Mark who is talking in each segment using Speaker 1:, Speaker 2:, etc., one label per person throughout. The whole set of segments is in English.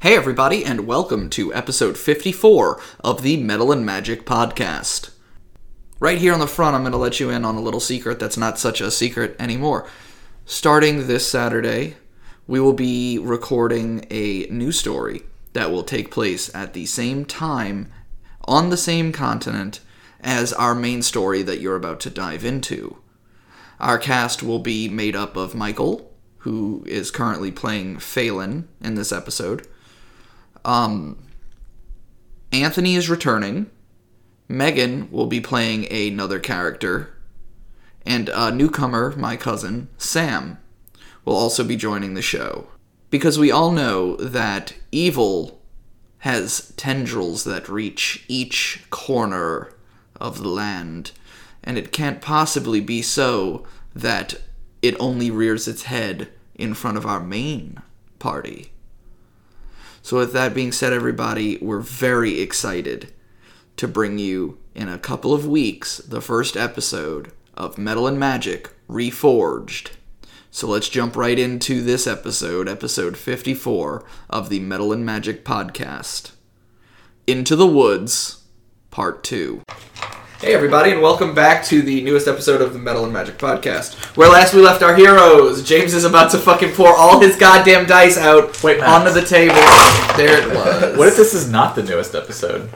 Speaker 1: Hey, everybody, and welcome to episode 54 of the Metal and Magic Podcast. Right here on the front, I'm going to let you in on a little secret that's not such a secret anymore. Starting this Saturday, we will be recording a new story that will take place at the same time on the same continent as our main story that you're about to dive into. Our cast will be made up of Michael, who is currently playing Phelan in this episode. Anthony is returning. Megan will be playing another character. And a newcomer, my cousin, Sam, will also be joining the show. Because we all know that evil has tendrils that reach each corner of the land, and it can't possibly be so that it only rears its head in front of our main party. So, with that being said, everybody, we're very excited to bring you in a couple of weeks the first episode of Metal and Magic Reforged. So, let's jump right into this episode, episode 54 of the Metal and Magic podcast Into the Woods, part two. Hey, everybody, and welcome back to the newest episode of the Metal and Magic podcast. Where last we left our heroes, James is about to fucking pour all his goddamn dice out
Speaker 2: Wait, Matt.
Speaker 1: onto the table. There it was.
Speaker 2: What if this is not the newest episode?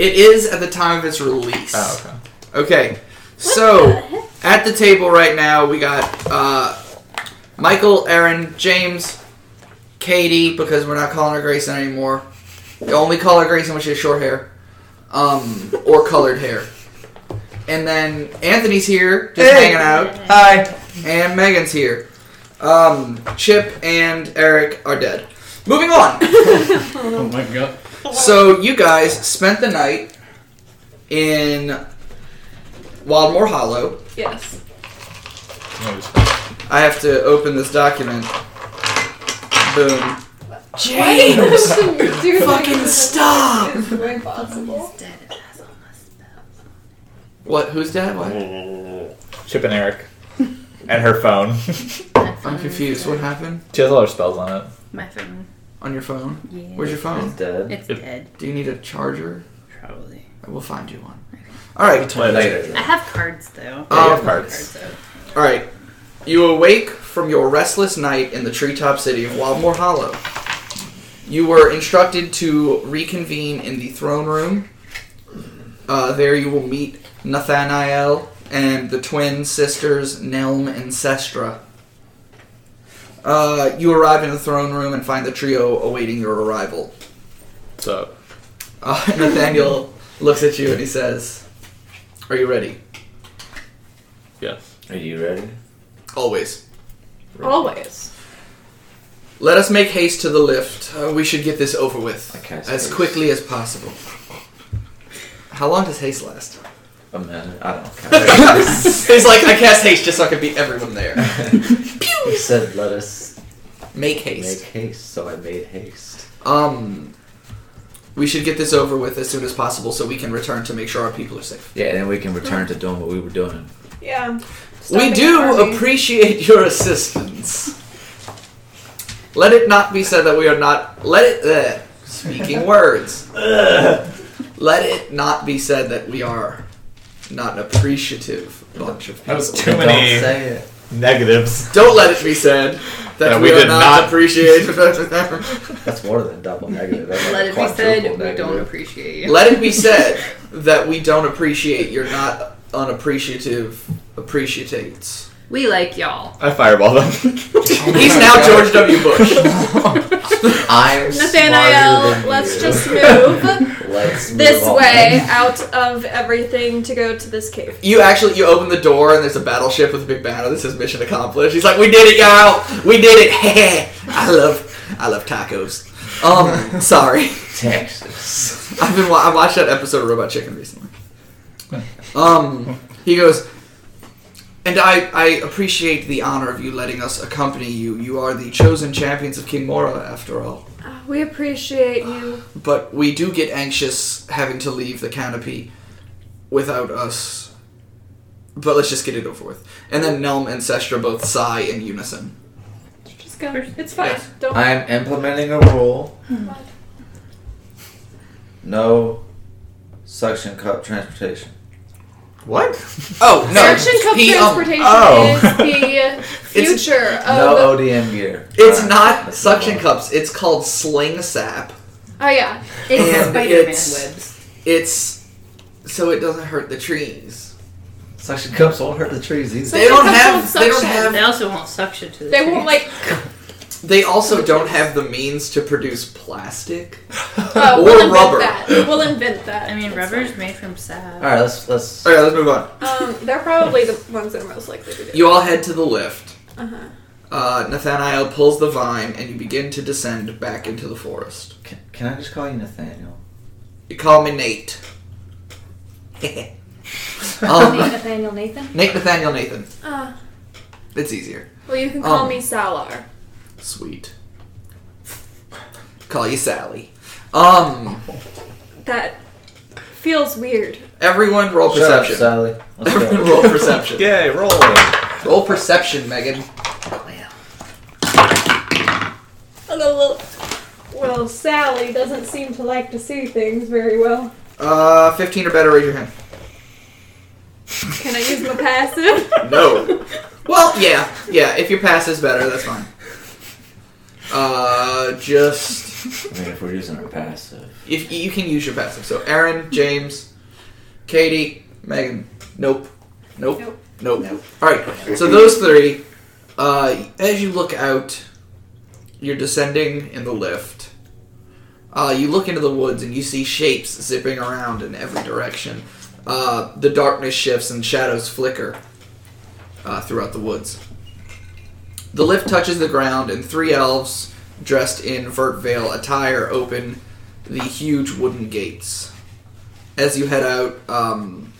Speaker 1: It is at the time of its release.
Speaker 2: Oh, okay.
Speaker 1: Okay. So, at the table right now, we got uh, Michael, Aaron, James, Katie, because we're not calling her Grayson anymore. We only call her Grayson when she has short hair um, or colored hair. And then Anthony's here, just
Speaker 2: Hey.
Speaker 1: hanging out,
Speaker 2: Hi.
Speaker 1: and Megan's here. Um, Chip and Eric are dead. Moving on.
Speaker 3: Oh my god.
Speaker 1: So you guys spent the night in Wildmore Hollow.
Speaker 4: Yes.
Speaker 1: I have to open this document. Boom.
Speaker 4: James! Fucking
Speaker 1: stop!
Speaker 4: Impossible.
Speaker 1: What? Who's dead? What?
Speaker 2: Chip and Eric. And her phone. she
Speaker 1: I'm confused. What happened
Speaker 2: has all her spells on it.
Speaker 5: My phone.
Speaker 1: on your phone?
Speaker 5: Yeah.
Speaker 1: Where's your phone?
Speaker 2: dead.
Speaker 5: It's dead,
Speaker 1: Do you need a charger?
Speaker 5: probably.
Speaker 1: We'll find you one. All right.
Speaker 2: Later.
Speaker 5: I have cards though.
Speaker 1: Yeah, you have
Speaker 5: I
Speaker 2: cards.
Speaker 5: though.
Speaker 1: All right. You awake from your restless night in the treetop city of Wildmore Hollow. You were instructed to reconvene in the throne room. Uh, there you will meet Nathanael and the twin sisters Nelm and Sestra. Uh, you arrive in the throne room and find the trio awaiting your arrival.
Speaker 2: So,
Speaker 1: Uh, Nathaniel looks at you and he says, Are you ready?
Speaker 2: yes.
Speaker 6: Are you ready?
Speaker 1: Always.
Speaker 4: Always.
Speaker 1: Let us make haste to the lift. Uh, we should get this over with
Speaker 6: Okay, so
Speaker 1: as
Speaker 6: it's-
Speaker 1: quickly as possible. How long does haste last?
Speaker 6: A minute? I don't care.
Speaker 1: He's like, I cast haste just so I can beat everyone there.
Speaker 6: you said let us
Speaker 1: Make
Speaker 6: make
Speaker 1: haste.
Speaker 6: haste, so I made haste.
Speaker 1: Um, we should get this over with as soon as possible so we can return to make sure our people are safe.
Speaker 6: Yeah, and then we can return to doing what we were doing.
Speaker 4: Yeah.
Speaker 1: we do appreciate your assistance. Let it not be said that we are not. Let it. Uh, speaking words. Let it not be said that we are not an appreciative bunch of people.
Speaker 2: That was too
Speaker 6: Don't
Speaker 2: many
Speaker 6: say it.
Speaker 2: negatives.
Speaker 1: Don't let it be said that, we, did not, appreciate.
Speaker 6: That's more than double negative. That's like
Speaker 5: Let it be
Speaker 6: quadruple
Speaker 5: said we
Speaker 6: negative.
Speaker 5: don't appreciate you.
Speaker 1: let it be said that we don't appreciate. You're not unappreciative. Appreciates.
Speaker 5: we like y'all.
Speaker 2: I fireball them.
Speaker 1: He's now George W. Bush.
Speaker 6: I'm smarter
Speaker 4: Nathaniel,
Speaker 6: than
Speaker 4: let's
Speaker 6: you.
Speaker 4: just move
Speaker 6: Let's move
Speaker 4: this
Speaker 6: on.
Speaker 4: way out of everything to go to this cave.
Speaker 1: You actually you open the door and there's a battleship with a big banner that says "Mission Accomplished." He's like, "We did it, y'all! We did it! Heh heh. I love, I love tacos." Um, sorry.
Speaker 6: Texas.
Speaker 1: I've been. Wa- I watched that episode of Robot Chicken recently. Um, he goes, and I I appreciate the honor of you letting us accompany you. You are the chosen champions of King Mora, after all.
Speaker 4: Uh, We appreciate you.
Speaker 1: But we do get anxious having to leave the canopy without us. But let's just get it over with. And then Nelm and Sestra both sigh in unison.
Speaker 4: It's go. It's fine. Don't.
Speaker 6: I'm implementing a rule. No suction cup transportation.
Speaker 2: What?
Speaker 1: Oh no!
Speaker 4: Suction cup
Speaker 1: He, um,
Speaker 4: transportation
Speaker 2: oh.
Speaker 4: is the future
Speaker 5: Oh,
Speaker 4: of.
Speaker 6: no ODM gear.
Speaker 1: it's
Speaker 6: Alright,
Speaker 1: not
Speaker 6: that's
Speaker 1: suction
Speaker 6: the
Speaker 1: cups. It's called sling sap.
Speaker 4: oh yeah.
Speaker 5: It's
Speaker 1: And
Speaker 5: Spider-Man
Speaker 1: it's-
Speaker 5: webs.
Speaker 1: It's so it doesn't hurt the trees.
Speaker 6: one. Suction cups won't hurt the trees. These
Speaker 1: They don't
Speaker 4: cups
Speaker 1: have.
Speaker 4: don't
Speaker 1: They don't
Speaker 4: suction.
Speaker 1: have.
Speaker 5: They also won't suction to the
Speaker 4: They won't like.
Speaker 1: They also don't have the means to produce plastic.
Speaker 4: Uh,
Speaker 1: Or
Speaker 4: we'll invent
Speaker 1: rubber.
Speaker 4: That. We'll invent that.
Speaker 5: I mean, rubber's made from sap.
Speaker 6: All right, let's let's.
Speaker 1: All right, let's move on.
Speaker 4: Um, they're probably the ones that are most likely to do.
Speaker 1: You all head to the lift.
Speaker 4: Uh-huh.
Speaker 1: Uh, Nathaniel pulls the vine, and you begin to descend back into the forest.
Speaker 6: Can, can I just call you Nathaniel?
Speaker 1: You call me Nate. um,
Speaker 7: Nathaniel Nathan.
Speaker 1: Nate Nathaniel Nathan.
Speaker 4: Uh,
Speaker 1: It's easier.
Speaker 4: well, you can call
Speaker 1: Um.
Speaker 4: me Salar.
Speaker 1: Sweet. Call you Sally. Um,
Speaker 4: That feels weird.
Speaker 1: everyone roll
Speaker 6: Shut up,
Speaker 1: perception.
Speaker 6: Sally. Let's
Speaker 1: Everyone
Speaker 6: go.
Speaker 1: roll perception.
Speaker 2: Yay, roll.
Speaker 1: Roll perception, Megan.
Speaker 4: Well, Sally doesn't seem to like to see things very well.
Speaker 1: Uh, 15 or better, raise your hand.
Speaker 4: Can I use my passive?
Speaker 1: No. well, yeah, yeah. If your pass is better, that's fine. Uh, just
Speaker 6: I mean, if we're using our passive,
Speaker 1: if you can use your passive. So Aaron, James, Katie, Megan. Nope. Nope. Nope.
Speaker 4: Nope.
Speaker 1: Nope. All right. So those three. Uh, as you look out, you're descending in the lift. Uh, you look into the woods and you see shapes zipping around in every direction. Uh, the darkness shifts and shadows flicker uh, throughout the woods. The lift touches the ground, and three elves dressed in Vertvale attire open the huge wooden gates. As you head out, um,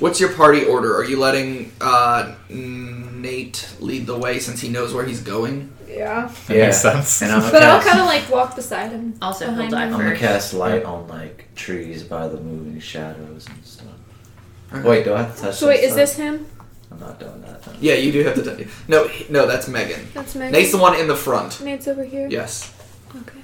Speaker 1: what's your party order? Are you letting uh, Nate lead the way since he knows where he's going?
Speaker 4: yeah.
Speaker 2: That makes sense.
Speaker 6: And I'm gonna
Speaker 4: But I'll
Speaker 6: cast,
Speaker 4: kind of like walk beside him.
Speaker 5: Also, he'll
Speaker 4: Behind
Speaker 5: die
Speaker 4: him.
Speaker 6: I'm gonna
Speaker 5: first.
Speaker 6: cast light on like trees by the moving shadows and stuff.
Speaker 1: Okay.
Speaker 6: Wait, do I have to touch?
Speaker 4: So wait, is
Speaker 6: stuff?
Speaker 4: this him?
Speaker 6: I'm not doing that. Then.
Speaker 1: Yeah, you do have to. T- no, he- no, that's Megan.
Speaker 4: That's Megan.
Speaker 1: Nate's the one in the front.
Speaker 4: Nate's over here.
Speaker 1: Yes.
Speaker 4: Okay.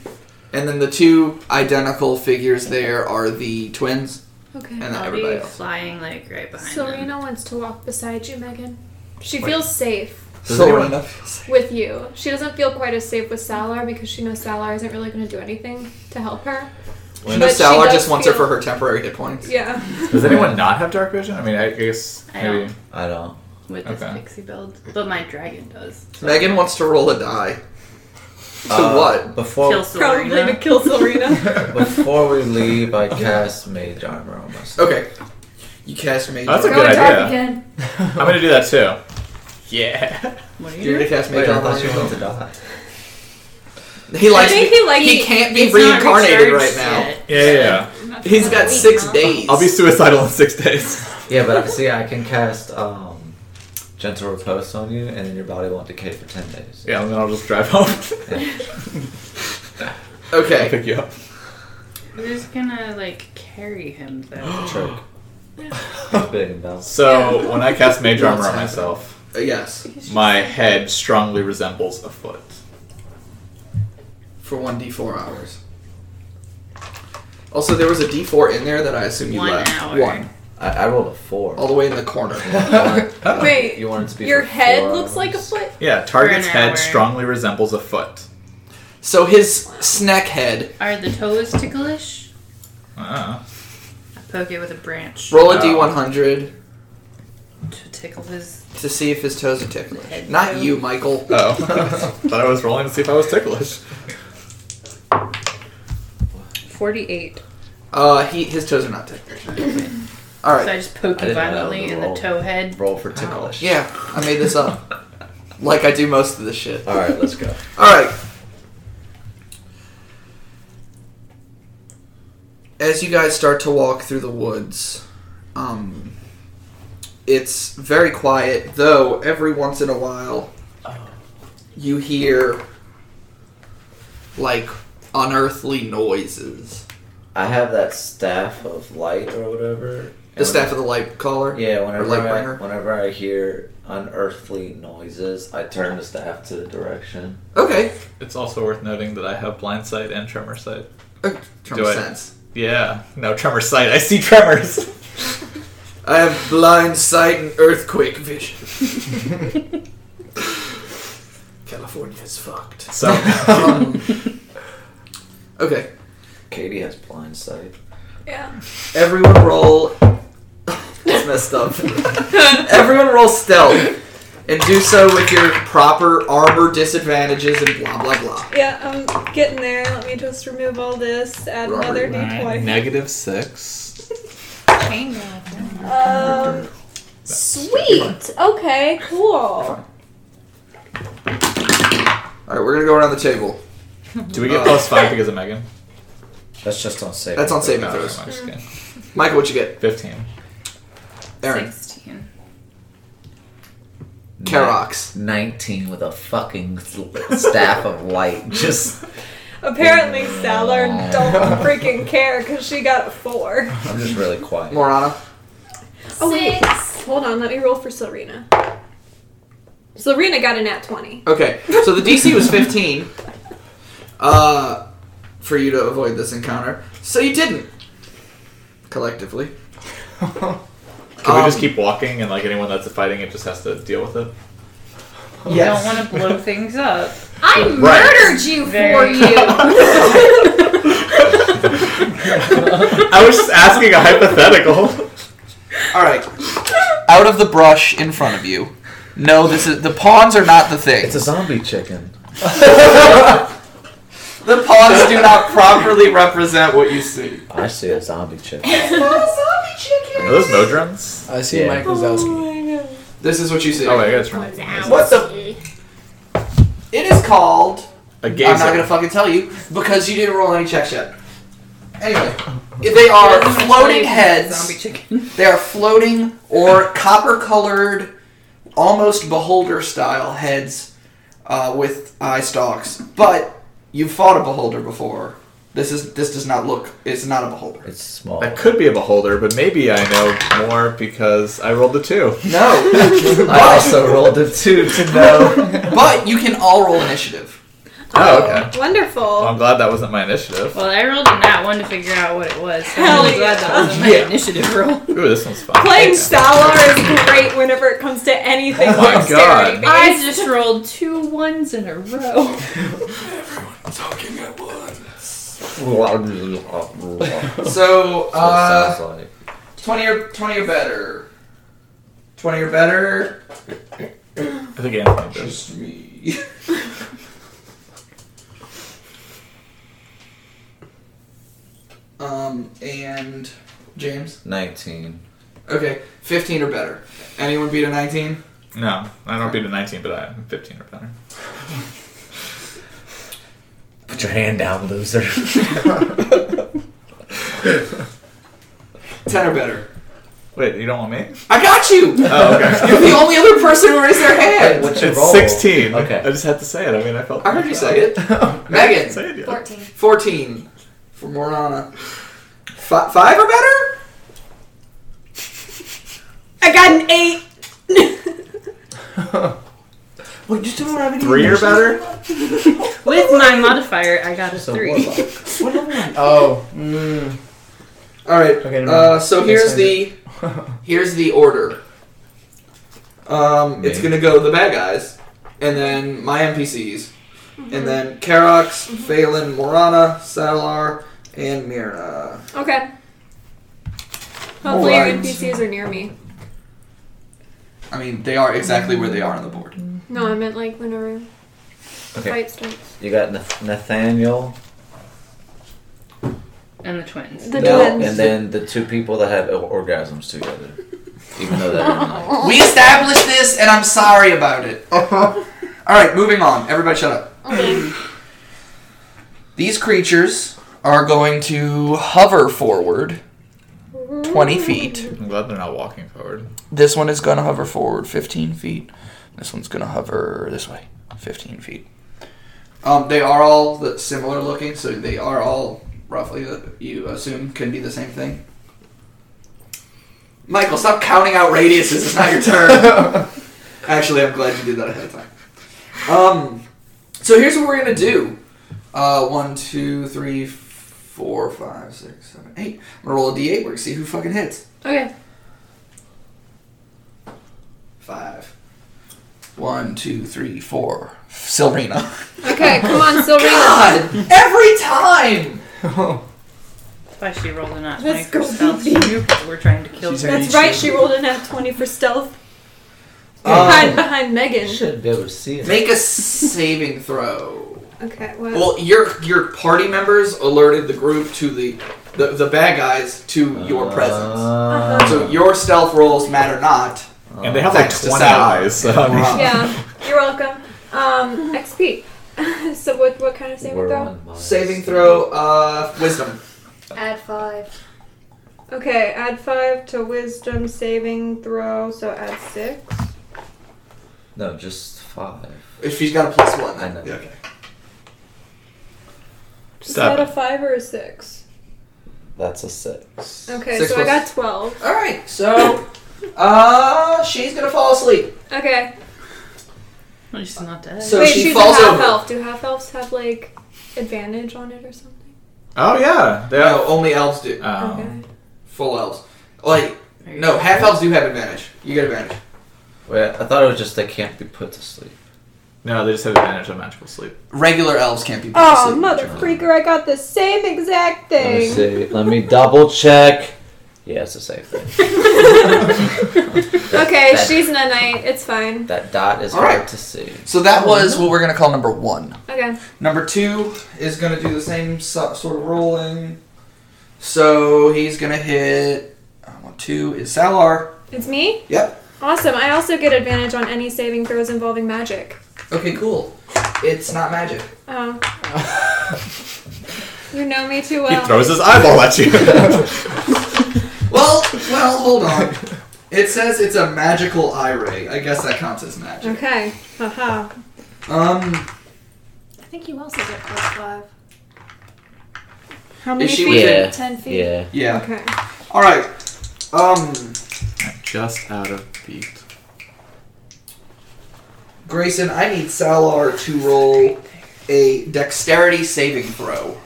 Speaker 1: And then the two identical figures there are the twins and
Speaker 4: Okay.
Speaker 1: then
Speaker 5: I'll
Speaker 1: everybody
Speaker 5: be
Speaker 1: else.
Speaker 5: flying like right behind them.
Speaker 4: Serena wants to walk beside you, Megan. She feels safe
Speaker 6: Does
Speaker 1: So
Speaker 6: anyone-
Speaker 1: enough.
Speaker 4: with you. She doesn't feel quite as safe with Salar because she knows Salar isn't really going to do anything to help her.
Speaker 1: She
Speaker 4: But
Speaker 1: knows
Speaker 4: she
Speaker 1: Salar
Speaker 4: does
Speaker 1: just wants her
Speaker 4: feel-
Speaker 1: for her temporary hit points.
Speaker 4: Yeah.
Speaker 2: Does anyone not have dark vision? I mean, I guess
Speaker 5: I
Speaker 2: maybe.
Speaker 5: don't.
Speaker 6: I don't.
Speaker 5: with this
Speaker 2: Okay.
Speaker 5: pixie build, but my dragon does.
Speaker 1: Megan wants to roll a die. So
Speaker 6: Uh,
Speaker 1: what?
Speaker 6: Before
Speaker 5: Kill Serena.
Speaker 4: kill Serena.
Speaker 6: before we leave, I cast mage armor on myself.
Speaker 1: Okay. You cast mage.
Speaker 2: Oh, that's a
Speaker 1: armor.
Speaker 2: good
Speaker 7: Going dark
Speaker 2: idea.
Speaker 7: again.
Speaker 2: I'm gonna do that too. Yeah.
Speaker 5: What are
Speaker 1: You're
Speaker 5: you?
Speaker 1: gonna cast mage
Speaker 6: Wait, I
Speaker 1: armor
Speaker 6: thought
Speaker 1: on
Speaker 6: you wanted
Speaker 1: yourself?
Speaker 6: to die.
Speaker 1: He likes.
Speaker 4: think he likes-
Speaker 1: He can't be
Speaker 5: It's not
Speaker 1: reincarnated right
Speaker 5: recharged
Speaker 1: now.
Speaker 5: yet.
Speaker 2: Yeah, yeah, yeah.
Speaker 1: He's got six days.
Speaker 2: I'll be suicidal in six days.
Speaker 6: Yeah, but I- see, I can cast um, gentle repose on you, and then your body won't decay for ten days.
Speaker 2: Yeah, and then I'll just drive home. I'll
Speaker 1: okay.
Speaker 2: pick you up.
Speaker 5: We're just gonna like carry him though.
Speaker 6: Trick. It's Big and balanced.
Speaker 2: So when I cast mage armor on
Speaker 1: happening?
Speaker 2: myself,
Speaker 1: Uh, Yes.
Speaker 2: my head strongly resembles a foot.
Speaker 1: For one d4 hours. Also, there was a d4 in there that I assume you
Speaker 5: One
Speaker 1: left.
Speaker 5: hour.
Speaker 1: One.
Speaker 6: I, I rolled a four.
Speaker 1: All the way in the corner.
Speaker 4: Wait,
Speaker 6: you wanted to be
Speaker 4: Your
Speaker 6: for
Speaker 4: head
Speaker 6: four
Speaker 4: looks like a
Speaker 6: hours.
Speaker 4: foot.
Speaker 2: Yeah, target's
Speaker 5: an
Speaker 2: head
Speaker 5: hour.
Speaker 2: strongly resembles a foot.
Speaker 1: so his snack head.
Speaker 5: Are the toes ticklish?
Speaker 2: Uh,
Speaker 5: I poke it with a branch
Speaker 1: Roll a
Speaker 2: Oh.
Speaker 1: d100
Speaker 5: to tickle his.
Speaker 1: to see if his toes are ticklish.
Speaker 5: Head
Speaker 1: Not
Speaker 5: toe.
Speaker 1: you, Michael.
Speaker 2: oh, thought I was rolling to see if I was ticklish.
Speaker 5: 48.
Speaker 1: Uh, he his toes are not ticklish. All
Speaker 5: So I
Speaker 1: right.
Speaker 5: just poke
Speaker 6: I
Speaker 5: it
Speaker 6: didn't know
Speaker 5: violently
Speaker 6: the
Speaker 5: in the
Speaker 6: roll.
Speaker 5: toe head.
Speaker 6: Roll for ticklish.
Speaker 1: Yeah, I made this up. Like I do most of this shit.
Speaker 6: All right, let's go.
Speaker 1: All right. As you guys start to walk through the woods, um, it's very quiet, though every once in a while you hear like unearthly noises.
Speaker 6: I have that staff of light or whatever.
Speaker 1: The staff of the light caller?
Speaker 6: Yeah, whenever
Speaker 1: light
Speaker 6: I,
Speaker 1: bringer?
Speaker 6: whenever I hear unearthly noises, I turn the staff to the direction.
Speaker 1: Okay.
Speaker 2: It's also worth noting that I have blind sight and tremor sight.
Speaker 1: Uh, Trump
Speaker 2: Do I-
Speaker 1: sense.
Speaker 2: Yeah, no tremor sight. I see tremors.
Speaker 1: I have blind sight and earthquake vision. California's fucked.
Speaker 2: So
Speaker 1: Um, okay.
Speaker 6: Katie has blind sight.
Speaker 4: Yeah.
Speaker 1: Everyone roll. it's messed up. Everyone roll stealth. And do so with your proper armor disadvantages and blah blah blah.
Speaker 4: Yeah, I'm getting there. Let me just remove all this. Add
Speaker 1: Robert,
Speaker 4: another d20.
Speaker 2: negative six.
Speaker 4: Um, sweet. Okay,
Speaker 1: Alright,
Speaker 4: cool.
Speaker 1: we're gonna go around the table.
Speaker 2: Do we
Speaker 1: Oh.
Speaker 2: get plus five because of Megan?
Speaker 6: That's just on save.
Speaker 1: That's on saving
Speaker 2: No,
Speaker 1: throws.
Speaker 2: I'm just kidding.
Speaker 1: Michael, what you get?
Speaker 2: Fifteen.
Speaker 1: Aaron.
Speaker 5: Sixteen.
Speaker 1: Kerox.
Speaker 6: 19 with a fucking staff of light. Just,
Speaker 4: Apparently, Salar don't freaking care because she got a four.
Speaker 6: I'm just really quiet.
Speaker 1: Morana.
Speaker 4: Oh, wait. Hold on, let me roll for Silrina. Silrina got a nat 20.
Speaker 1: Okay, so the DC was 15 uh, for you to avoid this encounter. So you didn't, collectively.
Speaker 2: Can we
Speaker 1: Um,
Speaker 2: just keep walking and like anyone that's fighting it just has to deal with it?
Speaker 1: Yes.
Speaker 5: Don't want to blow things up.
Speaker 7: I
Speaker 2: Right.
Speaker 7: murdered you for
Speaker 5: Very-
Speaker 7: you.
Speaker 2: I was just asking a hypothetical.
Speaker 1: All right. Out of the brush in front of you. No, this is the pawns are not the thing.
Speaker 6: It's a zombie chicken.
Speaker 1: the pawns do not properly represent what you see.
Speaker 6: I see a zombie chicken.
Speaker 2: Are those Modrons?
Speaker 1: Uh,
Speaker 8: I see
Speaker 6: Yeah.
Speaker 8: Mike
Speaker 4: Oh,
Speaker 8: Wazowski.
Speaker 1: This is what you see.
Speaker 2: Oh wait, I gotta turn.
Speaker 1: What the? It is called.
Speaker 2: A gaze.
Speaker 1: I'm not gonna fucking tell you because you didn't roll any checks yet. Anyway, they are floating heads.
Speaker 5: Zombie chicken.
Speaker 1: They are floating or copper colored, almost beholder style heads uh, with eye stalks. But you've fought a beholder before. This is this does not look. It's not a beholder.
Speaker 6: It's small.
Speaker 2: That could be a beholder, but maybe I know more because I rolled the two.
Speaker 1: No,
Speaker 6: I also rolled a 2 to know.
Speaker 1: but you can all roll initiative.
Speaker 2: Oh, okay.
Speaker 4: Wonderful.
Speaker 2: Well, I'm glad that wasn't my initiative.
Speaker 5: Well, I rolled in that one to figure out what it was. So
Speaker 4: Hell
Speaker 5: I'm really glad
Speaker 4: yeah.
Speaker 5: that wasn't my
Speaker 1: Yeah.
Speaker 5: initiative roll.
Speaker 2: Ooh, this one's fun.
Speaker 4: Playing Salar is great whenever it comes to anything
Speaker 2: Oh my
Speaker 4: dexterity
Speaker 2: God.
Speaker 5: I
Speaker 4: based.
Speaker 5: just rolled two ones in a row.
Speaker 1: Talking at once.
Speaker 6: That's
Speaker 1: So,
Speaker 6: what it
Speaker 1: uh,
Speaker 6: sounds like.
Speaker 1: twenty or twenty or better. Twenty or better.
Speaker 2: I think Anthony did.
Speaker 1: Just me. um and James.
Speaker 6: 19.
Speaker 1: Okay, 15 or better. Anyone beat a 19?
Speaker 2: No, I don't beat a 19, but I'm 15 or better.
Speaker 6: Put your hand down, loser.
Speaker 1: 10 or better.
Speaker 2: Wait, you don't want me?
Speaker 1: I got you!
Speaker 2: Oh, okay.
Speaker 1: You're the only other person who raised their hand!
Speaker 6: What's your
Speaker 2: It's
Speaker 6: roll?
Speaker 2: 16.
Speaker 6: Okay.
Speaker 2: I just had to say it. I mean, I felt.
Speaker 1: I heard you say it. Megan,
Speaker 2: Say it, yeah.
Speaker 7: 14.
Speaker 1: 14 for Morana. Fi five or better?
Speaker 4: I got an 8.
Speaker 1: Wait, just don't have any.
Speaker 2: Three or better?
Speaker 5: With my modifier, I got a
Speaker 6: So
Speaker 5: three.
Speaker 6: what?
Speaker 1: What am I?
Speaker 8: Oh. Mm.
Speaker 1: Alright,
Speaker 8: Okay, never
Speaker 1: uh,
Speaker 8: mind.
Speaker 1: so here's the here's the order. Um, it's
Speaker 6: Me.
Speaker 1: gonna go the bad guys, and then my NPCs, and then Karox, Phelan, Morana, Salar, and Myrna.
Speaker 4: Okay. Hopefully your
Speaker 1: Alright.
Speaker 4: NPCs are near me.
Speaker 1: I mean, they are exactly where they are on the board.
Speaker 4: No, I meant like whenever
Speaker 6: Okay.
Speaker 4: fight starts.
Speaker 6: You got Nath- Nathaniel.
Speaker 5: And the twins.
Speaker 4: The
Speaker 1: No,
Speaker 4: twins.
Speaker 6: And then the two people that had o- orgasms together. Even though that didn't like.
Speaker 1: We established this, and I'm sorry about it. All right, moving on. Everybody, shut up. These creatures are going to hover forward 20
Speaker 4: Mm-hmm.
Speaker 1: feet.
Speaker 2: I'm glad they're not walking forward.
Speaker 1: This one is going to hover forward 15 feet. This one's going to hover this way 15 feet. Um, they are all the- similar looking, so they are all roughly, uh, you assume, can be the same thing. Michael, stop counting out radiuses. It's not your turn. Actually, I'm glad you did that ahead of time. Um, so here's what we're gonna do. Uh, one, two, three, four, five, six, seven, eight. I'm gonna roll a d8. We're gonna see who fucking hits.
Speaker 4: Okay.
Speaker 1: Five. One, two, three, four. Silrina.
Speaker 4: Okay, come
Speaker 1: Oh,
Speaker 4: on, Silverina.
Speaker 1: God, every time.
Speaker 5: Why she rolled a nat twenty
Speaker 4: Let's
Speaker 5: for
Speaker 4: go,
Speaker 5: stealth?
Speaker 4: baby.
Speaker 5: You were trying to kill
Speaker 3: She's
Speaker 5: her.
Speaker 3: like-
Speaker 4: That's right, she rolled a nat 20 for stealth. Hide
Speaker 1: Um,
Speaker 4: behind Megan.
Speaker 6: shouldn't be able to see it.
Speaker 1: make a saving throw.
Speaker 4: Okay, well.
Speaker 1: Well, your your party members alerted the group to the the, the bad guys to your presence.
Speaker 6: Uh,
Speaker 1: So your stealth rolls matter not.
Speaker 2: And they have like
Speaker 1: Oh, Thanks to
Speaker 2: 20
Speaker 1: Sal.
Speaker 2: eyes, so I mean,
Speaker 4: yeah, you're welcome. Um, XP. so what, what kind of saving
Speaker 6: we're
Speaker 4: throw?
Speaker 6: on minus
Speaker 1: Saving throw, uh, wisdom.
Speaker 4: Add 5. Okay, add 5 to wisdom saving throw, so add 6.
Speaker 6: No, just five.
Speaker 1: If she's got a plus one,
Speaker 6: I
Speaker 1: then
Speaker 6: know.
Speaker 1: yeah, okay.
Speaker 4: Is
Speaker 2: Stop.
Speaker 4: that a 5 or a 6?
Speaker 6: That's a six.
Speaker 4: Okay,
Speaker 1: Six
Speaker 4: so I
Speaker 1: plus-
Speaker 4: got 12.
Speaker 1: All right, so uh, she's gonna fall asleep.
Speaker 4: Okay.
Speaker 5: Well, she's not dead.
Speaker 1: So
Speaker 4: Wait,
Speaker 1: she
Speaker 4: she's
Speaker 1: falls
Speaker 4: a half
Speaker 1: over.
Speaker 4: elf. Do half elves have, like, advantage on it or something?
Speaker 2: Oh, yeah. They
Speaker 1: No, only elves do.
Speaker 2: Oh.
Speaker 4: Okay.
Speaker 1: Full elves. Like no, half elves do have advantage. You get advantage.
Speaker 6: Wait, I thought it was just they can't be put to sleep.
Speaker 2: No, they just have advantage on magical sleep.
Speaker 1: Regular elves can't be. put to
Speaker 4: Oh,
Speaker 1: sleep.
Speaker 4: mother freaker, I got the same exact
Speaker 6: Let me
Speaker 4: thing.
Speaker 6: see. Let me double check. Yeah, it's a safe thing.
Speaker 4: Okay,
Speaker 6: That-
Speaker 4: she's not night. It's fine.
Speaker 6: That dot is
Speaker 1: All
Speaker 6: hard
Speaker 1: right.
Speaker 6: to see.
Speaker 1: So
Speaker 4: Oh,
Speaker 1: that was what we're gonna call number one.
Speaker 4: Okay.
Speaker 1: Number two is going to do the same so- sort of rolling. So he's going to hit. uh, One, two is Salar.
Speaker 4: It's me?
Speaker 1: Yep.
Speaker 4: Awesome. I also get advantage on any saving throws involving magic.
Speaker 1: Okay, cool. It's not magic.
Speaker 4: Oh. you know me too
Speaker 2: He
Speaker 4: well.
Speaker 2: throws his eyeball at you.
Speaker 1: Well, well, hold on. It says it's a magical eye ray. I guess that counts as magic.
Speaker 4: okay. Haha. Mm.
Speaker 1: Um,
Speaker 4: I think you also get plus five. How many
Speaker 1: she
Speaker 4: feet?
Speaker 6: within-
Speaker 4: Ten feet.
Speaker 6: Yeah.
Speaker 1: yeah.
Speaker 4: Okay.
Speaker 1: All right. Um,
Speaker 2: just out of beat.
Speaker 1: Grayson, I need Salar to roll a dexterity saving throw.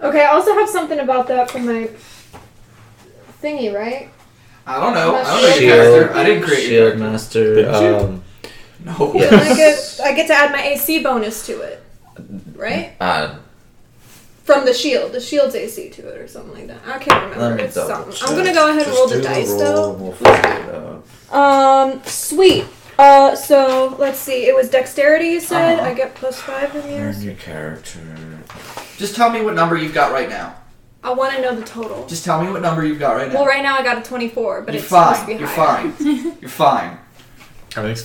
Speaker 4: Okay, I also have something about that for my thingy, right?
Speaker 1: I don't know. I don't know your
Speaker 6: Shield,
Speaker 1: character. I didn't create your
Speaker 6: Shield
Speaker 1: character.
Speaker 6: Master.
Speaker 2: Didn't you?
Speaker 6: Um,
Speaker 1: No.
Speaker 6: Yeah.
Speaker 4: I get I get to add my AC bonus to it. Right?
Speaker 6: uh,
Speaker 4: From the shield. The shield's AC to it or something like that. I can't
Speaker 6: let
Speaker 4: remember.
Speaker 6: me
Speaker 4: It's
Speaker 6: double
Speaker 4: something.
Speaker 6: check.
Speaker 4: I'm gonna go ahead and
Speaker 6: Just
Speaker 4: roll
Speaker 6: do
Speaker 4: the dice
Speaker 6: roll uh,
Speaker 4: though.
Speaker 6: and we'll figure it out.
Speaker 4: Um, sweet. Uh, so let's see. It was dexterity. You said I get plus five from
Speaker 6: Uh-huh. Learn
Speaker 4: yours.
Speaker 6: your character.
Speaker 1: Just tell me what number you've got right now.
Speaker 4: I want to know the total.
Speaker 1: Just tell me what number you've got right now.
Speaker 4: Well, right now I got a twenty-four, but
Speaker 1: You're
Speaker 4: it's supposed to
Speaker 1: fine.
Speaker 4: be
Speaker 1: You're
Speaker 4: higher.
Speaker 1: fine. You're fine.
Speaker 2: Everything's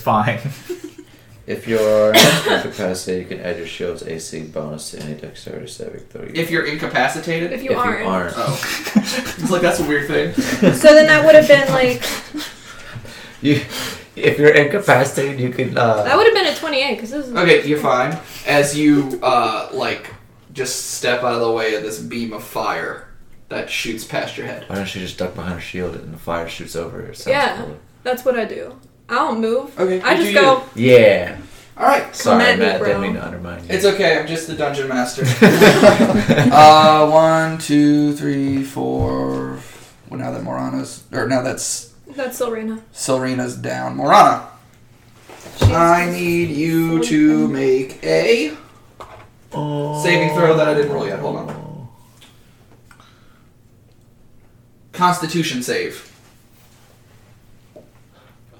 Speaker 2: fine.
Speaker 6: If you're incapacitated, you can add your shield's AC bonus to any dexterity saving throw. you
Speaker 1: If you're incapacitated.
Speaker 4: If
Speaker 6: if
Speaker 4: you aren't,
Speaker 1: Oh. it's like that's a weird thing.
Speaker 4: so then that would have been like
Speaker 6: you, if you're incapacitated, you can.
Speaker 4: that
Speaker 6: Uh,
Speaker 4: would have been a twenty-eight because this is
Speaker 1: Okay, you're fine. As you uh like just step out of the way of this beam of fire that shoots past your head.
Speaker 6: why don't you just duck behind her shield and the fire shoots over her? Sounds
Speaker 4: Yeah.
Speaker 6: cooler.
Speaker 4: That's what I do. I don't move.
Speaker 1: Okay,
Speaker 4: I
Speaker 1: you
Speaker 4: just
Speaker 1: do
Speaker 4: go.
Speaker 6: Yeah.
Speaker 1: Alright.
Speaker 6: Sorry,
Speaker 4: Commit me,
Speaker 6: Matt.
Speaker 4: bro.
Speaker 6: Didn't mean to undermine you.
Speaker 1: It's okay, I'm just the dungeon master. uh one, two, three, four well now that Morana's or now that's
Speaker 4: That's Silrina.
Speaker 1: Silrina's down. Morana.
Speaker 4: She's,
Speaker 1: I need you to make a Uh, saving throw that I didn't roll yet. Hold on. Constitution save.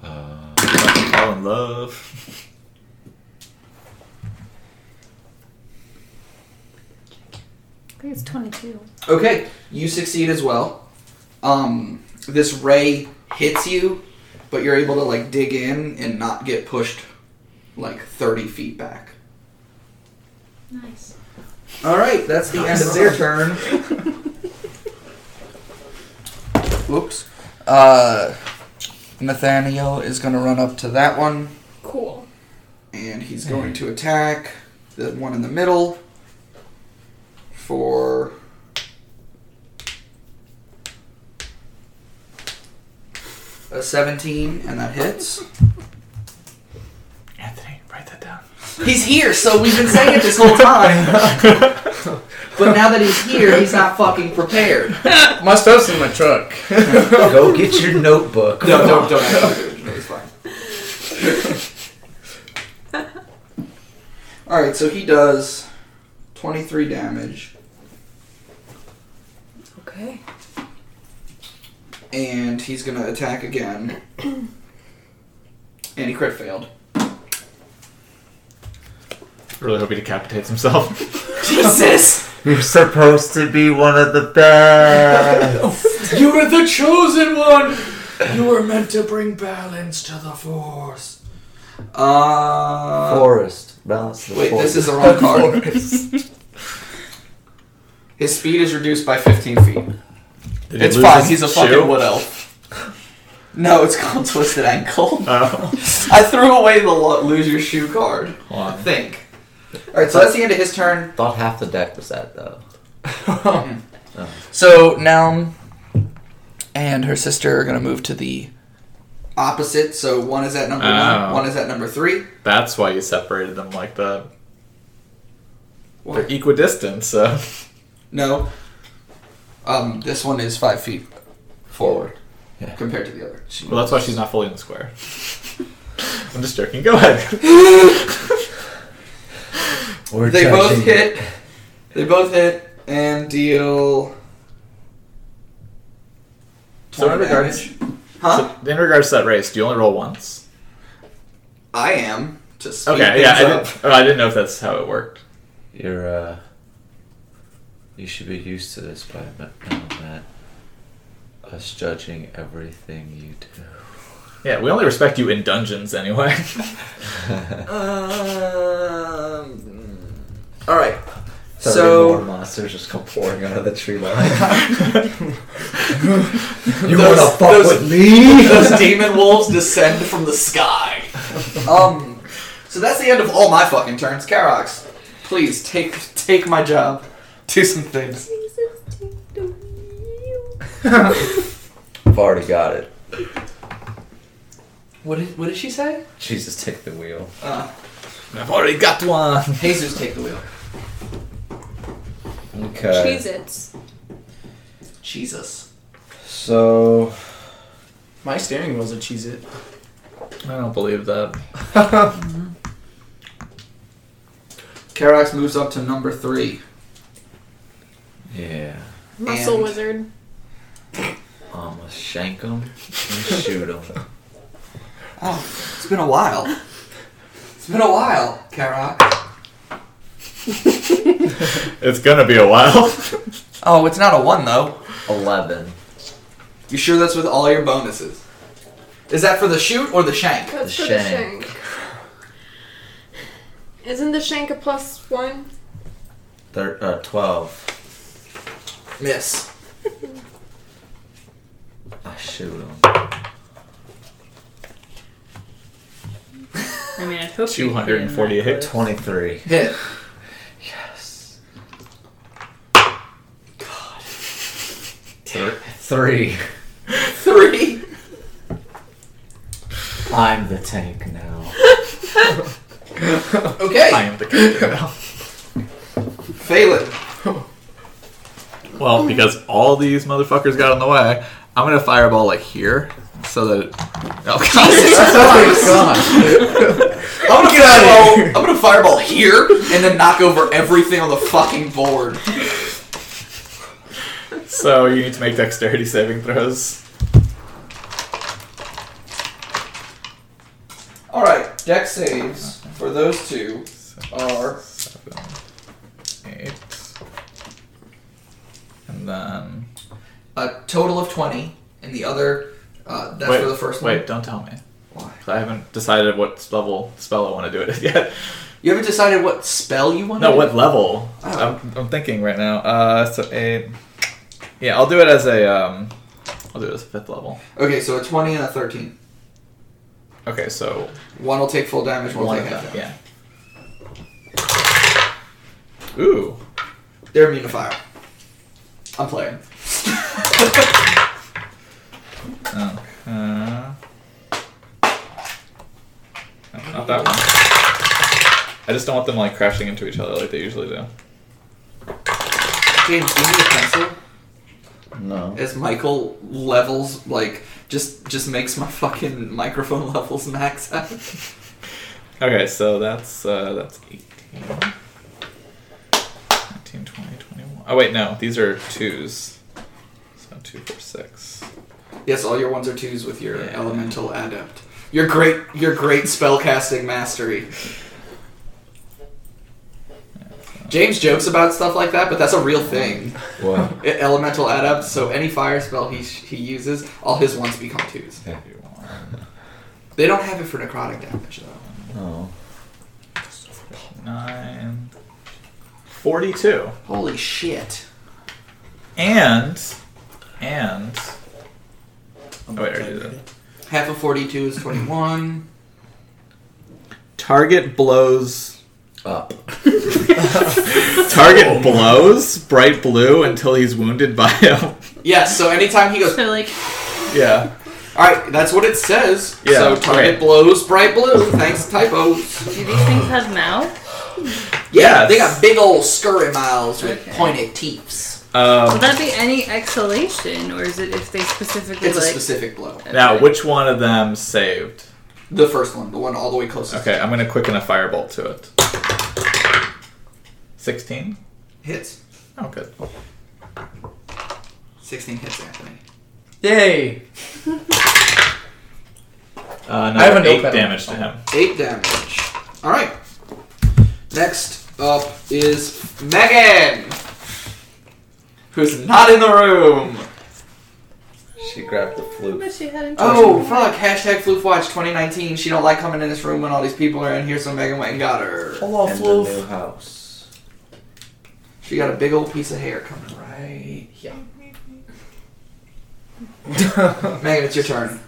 Speaker 6: Uh,
Speaker 2: Fall in love.
Speaker 5: I think it's 22.
Speaker 1: Okay, you succeed as well. Um, this ray hits you, but you're able to like dig in and not get pushed like 30 feet back.
Speaker 5: Nice.
Speaker 1: All right, that's the end of their turn. Whoops. Uh, Nathaniel is going to run up to that one.
Speaker 4: cool.
Speaker 1: and he's going to attack the one in the middle for a 17 and that hits He's here, so we've been saying it this whole time. But now that he's here, he's not fucking prepared.
Speaker 3: My stuff's in my truck.
Speaker 6: Go get your notebook.
Speaker 1: No, don't, don't. actually do it. It's fine. All right, so he does twenty-three damage,
Speaker 4: Okay.
Speaker 1: and he's gonna attack again. And he crit failed.
Speaker 2: Really hope he decapitates himself.
Speaker 1: Jesus,
Speaker 6: You're supposed to be one of the best.
Speaker 8: You were the chosen one. You were meant to bring balance to the force.
Speaker 1: uh,
Speaker 6: Forest. Balance the
Speaker 1: Wait,
Speaker 6: forest.
Speaker 1: this is the wrong card. His speed is reduced by 15 feet.
Speaker 2: Did he
Speaker 1: It's
Speaker 2: lose
Speaker 1: fine,
Speaker 2: his
Speaker 1: he's a
Speaker 2: shoe?
Speaker 1: fucking wood elf. No, it's called Twisted Ankle.
Speaker 2: Oh.
Speaker 1: I threw away the lo- lose your shoe card.
Speaker 2: Hold
Speaker 1: I
Speaker 2: on.
Speaker 1: think. Alright, so that's the end of his turn.
Speaker 6: Thought half the deck was that though.
Speaker 1: so Noun and her sister are gonna move to the opposite, so one is at number one,
Speaker 2: Oh.
Speaker 1: one is at number three.
Speaker 2: That's why you separated them like that. They're equidistant, so.
Speaker 1: No. Um, this one is five feet forward
Speaker 6: Yeah.
Speaker 1: compared to the other. She-
Speaker 2: Well, that's why she's not fully in the square. I'm just joking. Go ahead.
Speaker 6: We're
Speaker 1: they both
Speaker 6: judging.
Speaker 1: hit. They both hit and deal.
Speaker 2: So
Speaker 1: 20
Speaker 2: in regards-
Speaker 1: damage. huh?
Speaker 2: So in regards to that race, do you only roll once?
Speaker 1: I am to speed
Speaker 2: Okay, yeah. I
Speaker 1: things up.
Speaker 2: didn't, oh, I didn't know if that's how it worked.
Speaker 6: You're uh. You should be used to this by ma- now, Matt. Us judging everything you do.
Speaker 2: Yeah, we only respect you in dungeons anyway.
Speaker 1: Um, all right.
Speaker 6: Thirty
Speaker 1: So-
Speaker 6: more monsters just come pouring out of the tree line. you
Speaker 1: Those-
Speaker 6: wanna fuck
Speaker 1: those-
Speaker 6: with me?
Speaker 1: Those demon wolves descend from the sky. Um, so that's the end of all my fucking turns. Karox, please take take my job. Do some things.
Speaker 4: Jesus, take the wheel.
Speaker 6: I've already got it.
Speaker 1: What did, what did she say?
Speaker 6: Jesus, take the wheel.
Speaker 1: Uh,
Speaker 2: I've already got one.
Speaker 1: Jesus, take the wheel.
Speaker 6: Okay.
Speaker 4: Cheez-Its.
Speaker 1: Jesus.
Speaker 6: So
Speaker 8: My steering wheel's a cheese it.
Speaker 2: I don't believe that.
Speaker 1: Karox moves up to number three.
Speaker 6: yeah,
Speaker 4: Muscle
Speaker 1: And-
Speaker 4: wizard.
Speaker 6: I'ma shank him and shoot him.
Speaker 1: Oh, it's been a while. It's been a while, Karox.
Speaker 2: It's gonna be a while.
Speaker 1: Oh, it's not a one though.
Speaker 6: Eleven.
Speaker 1: You sure that's with all your bonuses? Is that for the shoot or the shank?
Speaker 4: That's
Speaker 6: The
Speaker 4: for the
Speaker 6: shank.
Speaker 4: shank. Isn't the shank a plus one?
Speaker 6: Thir- uh, Twelve.
Speaker 1: Miss.
Speaker 6: I shoot him.
Speaker 5: I mean, I hope you hit in that
Speaker 2: 248.
Speaker 5: close.
Speaker 6: Twenty-three.
Speaker 1: Hit.
Speaker 6: Yes.
Speaker 2: Thir-
Speaker 6: Three.
Speaker 1: Three.
Speaker 6: I'm the tank now.
Speaker 1: Okay.
Speaker 2: I am the captain now.
Speaker 1: Fail it.
Speaker 2: Well, because all these motherfuckers got in the way, I'm gonna fireball like here, so that. Oh
Speaker 1: I'm gonna
Speaker 2: god!
Speaker 1: fireball. I'm gonna fireball here and then knock over everything on the fucking board.
Speaker 2: so you need to make dexterity saving throws.
Speaker 1: All right, deck saves for those two are
Speaker 2: Seven, eight, and then.
Speaker 1: a total of twenty, and the other. Uh, that's
Speaker 2: wait,
Speaker 1: for the first
Speaker 2: wait,
Speaker 1: one.
Speaker 2: don't tell me.
Speaker 1: Why?
Speaker 2: 'Cause I haven't decided what level spell I want to do it yet.
Speaker 1: You haven't decided what spell you want.
Speaker 2: No,
Speaker 1: to
Speaker 2: what level?
Speaker 1: Oh.
Speaker 2: I'm, I'm thinking right now. Uh, so eight. Yeah, I'll do it as a. Um, I'll do it as a fifth level.
Speaker 1: Okay, so a twenty and a thirteen.
Speaker 2: Okay, so
Speaker 1: One will take full damage. One will
Speaker 2: one
Speaker 1: take
Speaker 2: of
Speaker 1: half
Speaker 2: them.
Speaker 1: damage.
Speaker 2: Yeah. Ooh.
Speaker 1: They're immune to fire. I'm playing.
Speaker 2: Oh. Uh, not that one. I just don't want them like crashing into each other like they usually do.
Speaker 1: James, do you need a pencil?
Speaker 6: No.
Speaker 1: As Michael levels, like, just just makes my fucking microphone levels max out.
Speaker 2: Okay, so that's uh, that's 18. 19, 20, 21. Oh, wait, no. These are twos. So two, four, six.
Speaker 1: Yes, all your ones are twos with your elemental adept. Your great, your great spellcasting mastery. James jokes about stuff like that, but that's a real thing.
Speaker 6: What?
Speaker 1: E- elemental adept. So any fire spell he he uses, all his ones become twos.
Speaker 6: Yeah.
Speaker 2: If you want.
Speaker 1: They don't have it for necrotic damage though.
Speaker 6: No.
Speaker 2: Nine. 42.
Speaker 1: Holy shit!
Speaker 2: And. And. Oh, wait, I already did that.
Speaker 1: Half of forty-two is twenty-one.
Speaker 2: Target blows.
Speaker 6: Up.
Speaker 1: Oh.
Speaker 2: Target blows bright blue until he's wounded by him.
Speaker 1: Yes. So anytime he goes,
Speaker 5: So like
Speaker 2: yeah.
Speaker 1: all right, that's what it says.
Speaker 2: Yeah,
Speaker 1: so target
Speaker 2: right.
Speaker 1: blows bright blue. Thanks typos.
Speaker 5: do these things have mouths?
Speaker 1: Yeah,
Speaker 2: Yes.
Speaker 1: they got big old scurry mouths with
Speaker 5: Okay.
Speaker 1: pointed teeth.
Speaker 5: Would
Speaker 2: Um,
Speaker 5: that be any exhalation, or is it if they specifically
Speaker 1: It's a
Speaker 5: like?
Speaker 1: specific blow.
Speaker 2: now, which one of them saved?
Speaker 1: The first one, the one all the way closest.
Speaker 2: Okay, I'm gonna quicken a firebolt to it. 16?
Speaker 1: Hits.
Speaker 2: Oh, good.
Speaker 1: 16 hits, Anthony.
Speaker 3: Yay!
Speaker 2: Uh,
Speaker 3: I have a
Speaker 2: another 8
Speaker 3: notepad on
Speaker 2: damage to
Speaker 3: my
Speaker 2: him.
Speaker 1: 8 damage. Alright. Next up is Megan! Who's not in the room!
Speaker 6: She grabbed the flute.
Speaker 5: But she had
Speaker 1: Oh, fuck. Hashtag floofwatch 2019. She don't like coming in this room when all these people are in here, so Megan went and got her.
Speaker 8: Hello,
Speaker 6: and the new house.
Speaker 1: She got a big old piece of hair coming right. Megan, it's your turn.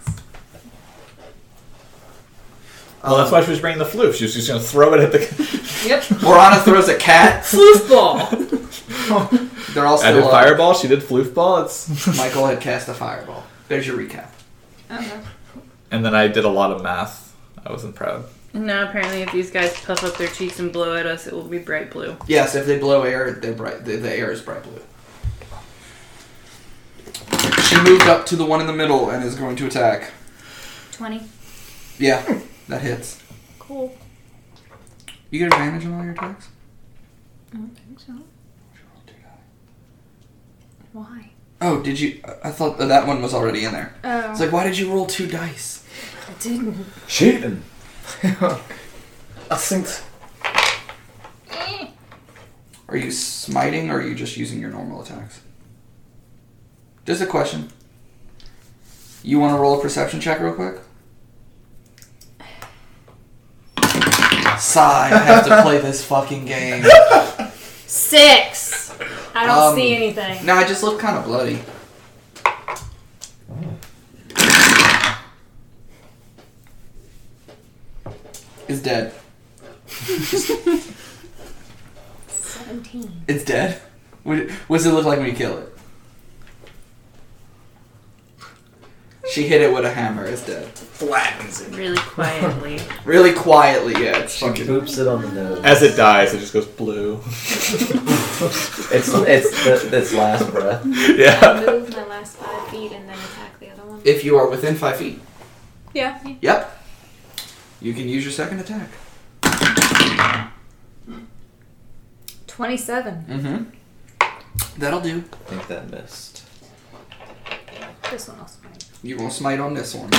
Speaker 2: Well, that's why she was bringing the floof. She was just gonna throw it at the.
Speaker 5: Yep.
Speaker 1: Morana throws a cat.
Speaker 5: Floof ball.
Speaker 1: They're all
Speaker 2: I
Speaker 1: still
Speaker 2: did
Speaker 1: up.
Speaker 2: fireball. She did floof ball. It's.
Speaker 1: Michael had cast a fireball. There's your recap.
Speaker 2: and then I did a lot of math. I wasn't proud.
Speaker 5: now apparently, if these guys puff up their cheeks and blow at us, it will be bright blue.
Speaker 1: Yes, if they blow air, they're bright. The, the air is bright blue. She moved up to the one in the middle and is going to attack.
Speaker 5: Twenty.
Speaker 1: Yeah, that hits.
Speaker 5: Cool.
Speaker 1: You get advantage on all your attacks.
Speaker 5: I don't think so. Why?
Speaker 1: Oh, did you? I- I thought that, that one was already in there.
Speaker 5: Oh.
Speaker 1: It's like, why did you roll two dice?
Speaker 5: I didn't.
Speaker 6: Cheating!
Speaker 8: I think
Speaker 1: Are you smiting or are you just using your normal attacks? Just a question. You want to roll a perception check real quick? Sigh, I have to play this fucking game.
Speaker 4: Six. I don't
Speaker 1: Um,
Speaker 4: see anything.
Speaker 1: No, I just look kind of bloody. It's dead.
Speaker 4: Seventeen.
Speaker 1: It's dead? What, what does it look like when you kill it? She hit it with a hammer. It's dead.
Speaker 8: flattens it.
Speaker 5: Really quietly.
Speaker 1: Really quietly, yeah. It's fucking.
Speaker 6: Poops it on the nose.
Speaker 2: As it dies, it just goes blue.
Speaker 6: It's it's the, its last breath.
Speaker 2: yeah.
Speaker 4: Move my last five feet and then attack the other one.
Speaker 1: If you are within five feet,
Speaker 4: Yeah.
Speaker 1: yep. You can use your second attack.
Speaker 4: Twenty-seven.
Speaker 1: Mm-hmm. That'll do.
Speaker 6: I think that missed.
Speaker 4: This one also. might.
Speaker 1: You won't smite on this one.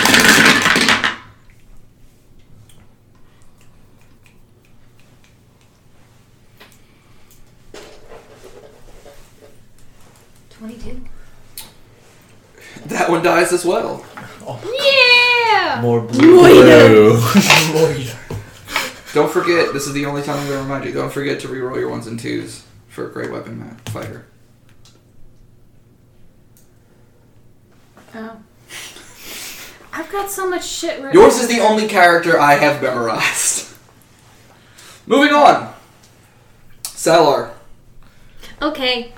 Speaker 4: Twenty-two.
Speaker 1: That one dies as well.
Speaker 4: Yeah.
Speaker 6: More
Speaker 2: Blue.
Speaker 6: blue.
Speaker 1: Don't forget, this is the only time I'm going to remind you. Don't forget to reroll your ones and twos for a great weapon ma- fighter.
Speaker 5: oh.
Speaker 4: I've got so much shit. written
Speaker 1: Yours is the
Speaker 4: down.
Speaker 1: only character I have memorized. Moving on. Salar.
Speaker 4: Okay.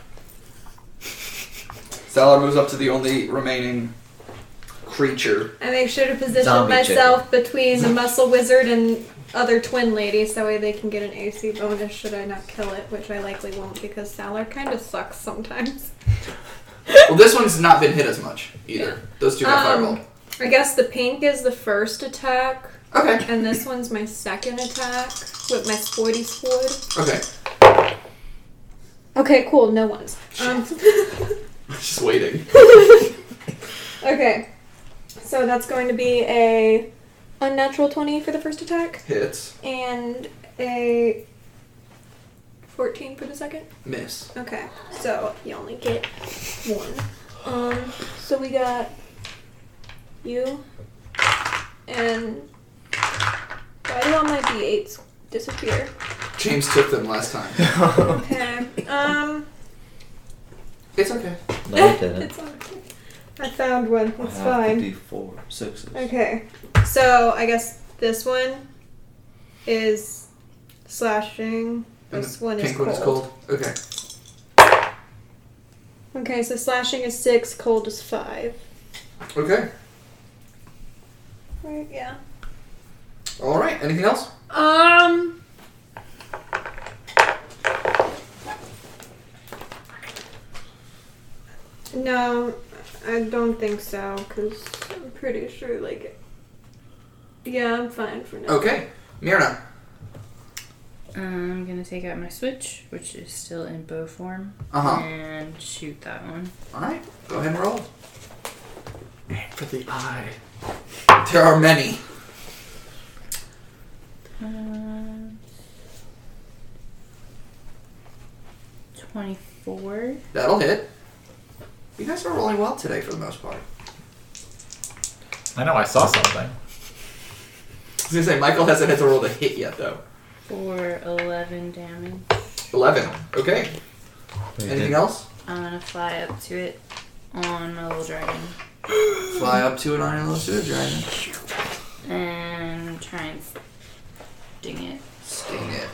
Speaker 1: Salar moves up to the only remaining creature.
Speaker 4: I make sure to position
Speaker 6: Zombie
Speaker 4: myself between the muscle wizard and other twin ladies, that way they can get an AC bonus should I not kill it, which I likely won't because Salar kind of sucks sometimes.
Speaker 1: Well, this one's not been hit as much either. Those two got
Speaker 4: Um,
Speaker 1: fireball.
Speaker 4: I guess the pink is the first attack,
Speaker 1: Okay.
Speaker 4: and this one's my second attack with my sporty sword.
Speaker 1: Okay.
Speaker 4: Okay, cool, no ones. Um,
Speaker 1: Just waiting.
Speaker 4: okay, so that's going to be a unnatural 20 for the first attack,
Speaker 1: Hits.
Speaker 4: and a 14 for the second.
Speaker 1: Miss.
Speaker 4: Okay, so you only get one. Um, so we got you and why do all my d8s disappear?
Speaker 1: James took them last time.
Speaker 4: Okay. Um,
Speaker 1: It's okay.
Speaker 6: No, it didn't.
Speaker 4: it's okay. I found one.
Speaker 6: I
Speaker 4: It's
Speaker 6: have
Speaker 4: fine.
Speaker 6: the D4 sixes.
Speaker 4: Okay, so I guess this one is slashing.
Speaker 1: And
Speaker 4: This one is
Speaker 1: Pink
Speaker 4: cold.
Speaker 1: one is cold. Okay.
Speaker 4: Okay, so slashing is six, cold is five.
Speaker 1: Okay.
Speaker 4: Right? Yeah.
Speaker 1: All right. Anything else?
Speaker 4: Um. No, I don't think so, because I'm pretty sure, like. Yeah, I'm fine for now.
Speaker 1: Okay. Myrna.
Speaker 5: Uh, I'm gonna take out my switch, which is still in bow form,
Speaker 1: Uh huh.
Speaker 5: and shoot that one.
Speaker 1: All right. Go ahead and roll.
Speaker 2: For the eye.
Speaker 1: There are many.
Speaker 5: Um, Twenty-four.
Speaker 1: That'll hit. You guys are rolling well today for the most part.
Speaker 2: I know I saw something.
Speaker 1: I was gonna say Michael hasn't had to roll to hit yet though.
Speaker 5: for 11 damage.
Speaker 1: Eleven. Okay.
Speaker 6: They
Speaker 1: Anything
Speaker 6: did.
Speaker 1: else?
Speaker 5: I'm gonna fly up to it on my little dragon
Speaker 1: Fly up to an iron little to a dragon.
Speaker 5: and try and sting it.
Speaker 1: Sting it.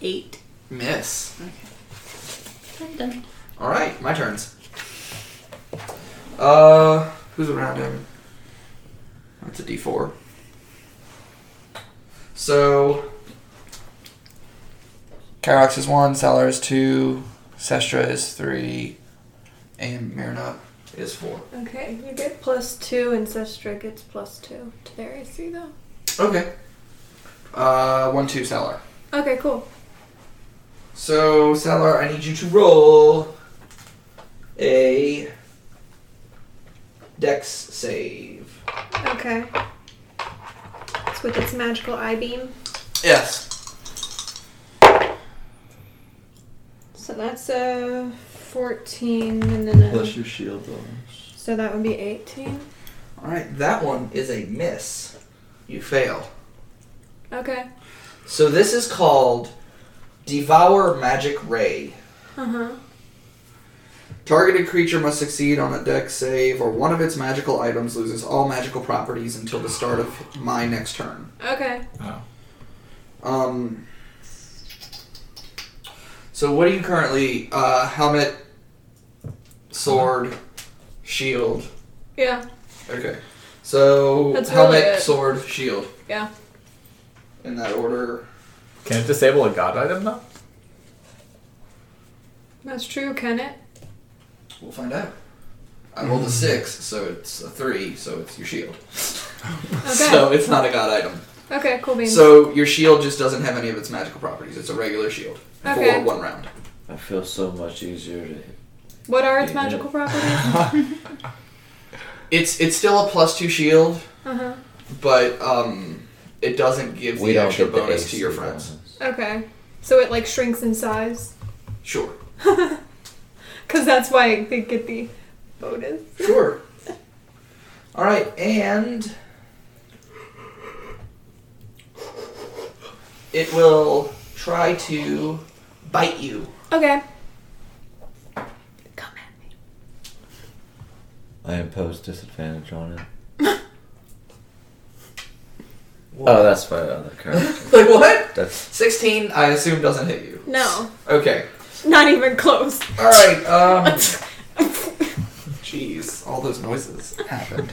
Speaker 5: Eight.
Speaker 1: Miss.
Speaker 5: I'm done.
Speaker 1: All right. My turns. Uh, who's around him? That's a D four. So. Karox is one, Salar is two, Sestra is three, and Myrna is four.
Speaker 4: Okay, you get plus two, and Sestra gets plus two to their AC, though.
Speaker 1: Okay. Uh, one, two, Salar.
Speaker 4: Okay, cool.
Speaker 1: So, Salar, I need you to roll a dex save.
Speaker 4: Okay. It's with its magical eye beam.
Speaker 1: Yes.
Speaker 4: So that's a 14, and then a.
Speaker 6: Plus your shield bonus.
Speaker 4: So that would be 18.
Speaker 1: Alright, that one is a miss. You fail.
Speaker 4: Okay.
Speaker 1: So, this is called Devour Magic Ray.
Speaker 4: Uh huh.
Speaker 1: Targeted creature must succeed on a dex save, or one of its magical items loses all magical properties until the start of my next turn.
Speaker 4: Okay.
Speaker 1: Um. So what are you currently? Uh, helmet, sword, shield.
Speaker 4: Yeah.
Speaker 1: Okay. So
Speaker 4: That's really
Speaker 1: helmet,
Speaker 4: it.
Speaker 1: sword, shield.
Speaker 4: Yeah.
Speaker 1: In that order.
Speaker 2: Can it disable a god item though?
Speaker 4: That's true, can it?
Speaker 1: We'll find out. I rolled a six, so it's a three, so it's your shield.
Speaker 4: Okay.
Speaker 1: So it's not a god item.
Speaker 4: okay, cool beans.
Speaker 1: So your shield just doesn't have any of its magical properties. It's a regular shield
Speaker 4: Okay.
Speaker 1: for one round.
Speaker 6: I feel so much easier to hit.
Speaker 4: what are its
Speaker 6: Yeah.
Speaker 4: magical properties?
Speaker 1: It's it's still a plus two shield,
Speaker 4: Uh huh.
Speaker 1: but um, it doesn't give the extra bonus to
Speaker 6: AC
Speaker 1: your friends.
Speaker 6: bonus.
Speaker 4: Okay. So it like shrinks in size?
Speaker 1: Sure.
Speaker 4: Because that's why they get the bonus.
Speaker 1: Sure. All right, and it will try to bite you.
Speaker 4: Okay. Come at me.
Speaker 6: I impose disadvantage on it. Oh, that's my other character.
Speaker 1: Like what?
Speaker 6: That's
Speaker 1: Sixteen, I assume, doesn't hit you.
Speaker 4: No.
Speaker 1: Okay.
Speaker 4: Not even close.
Speaker 1: All right. Um, Jeez, all those noises happened.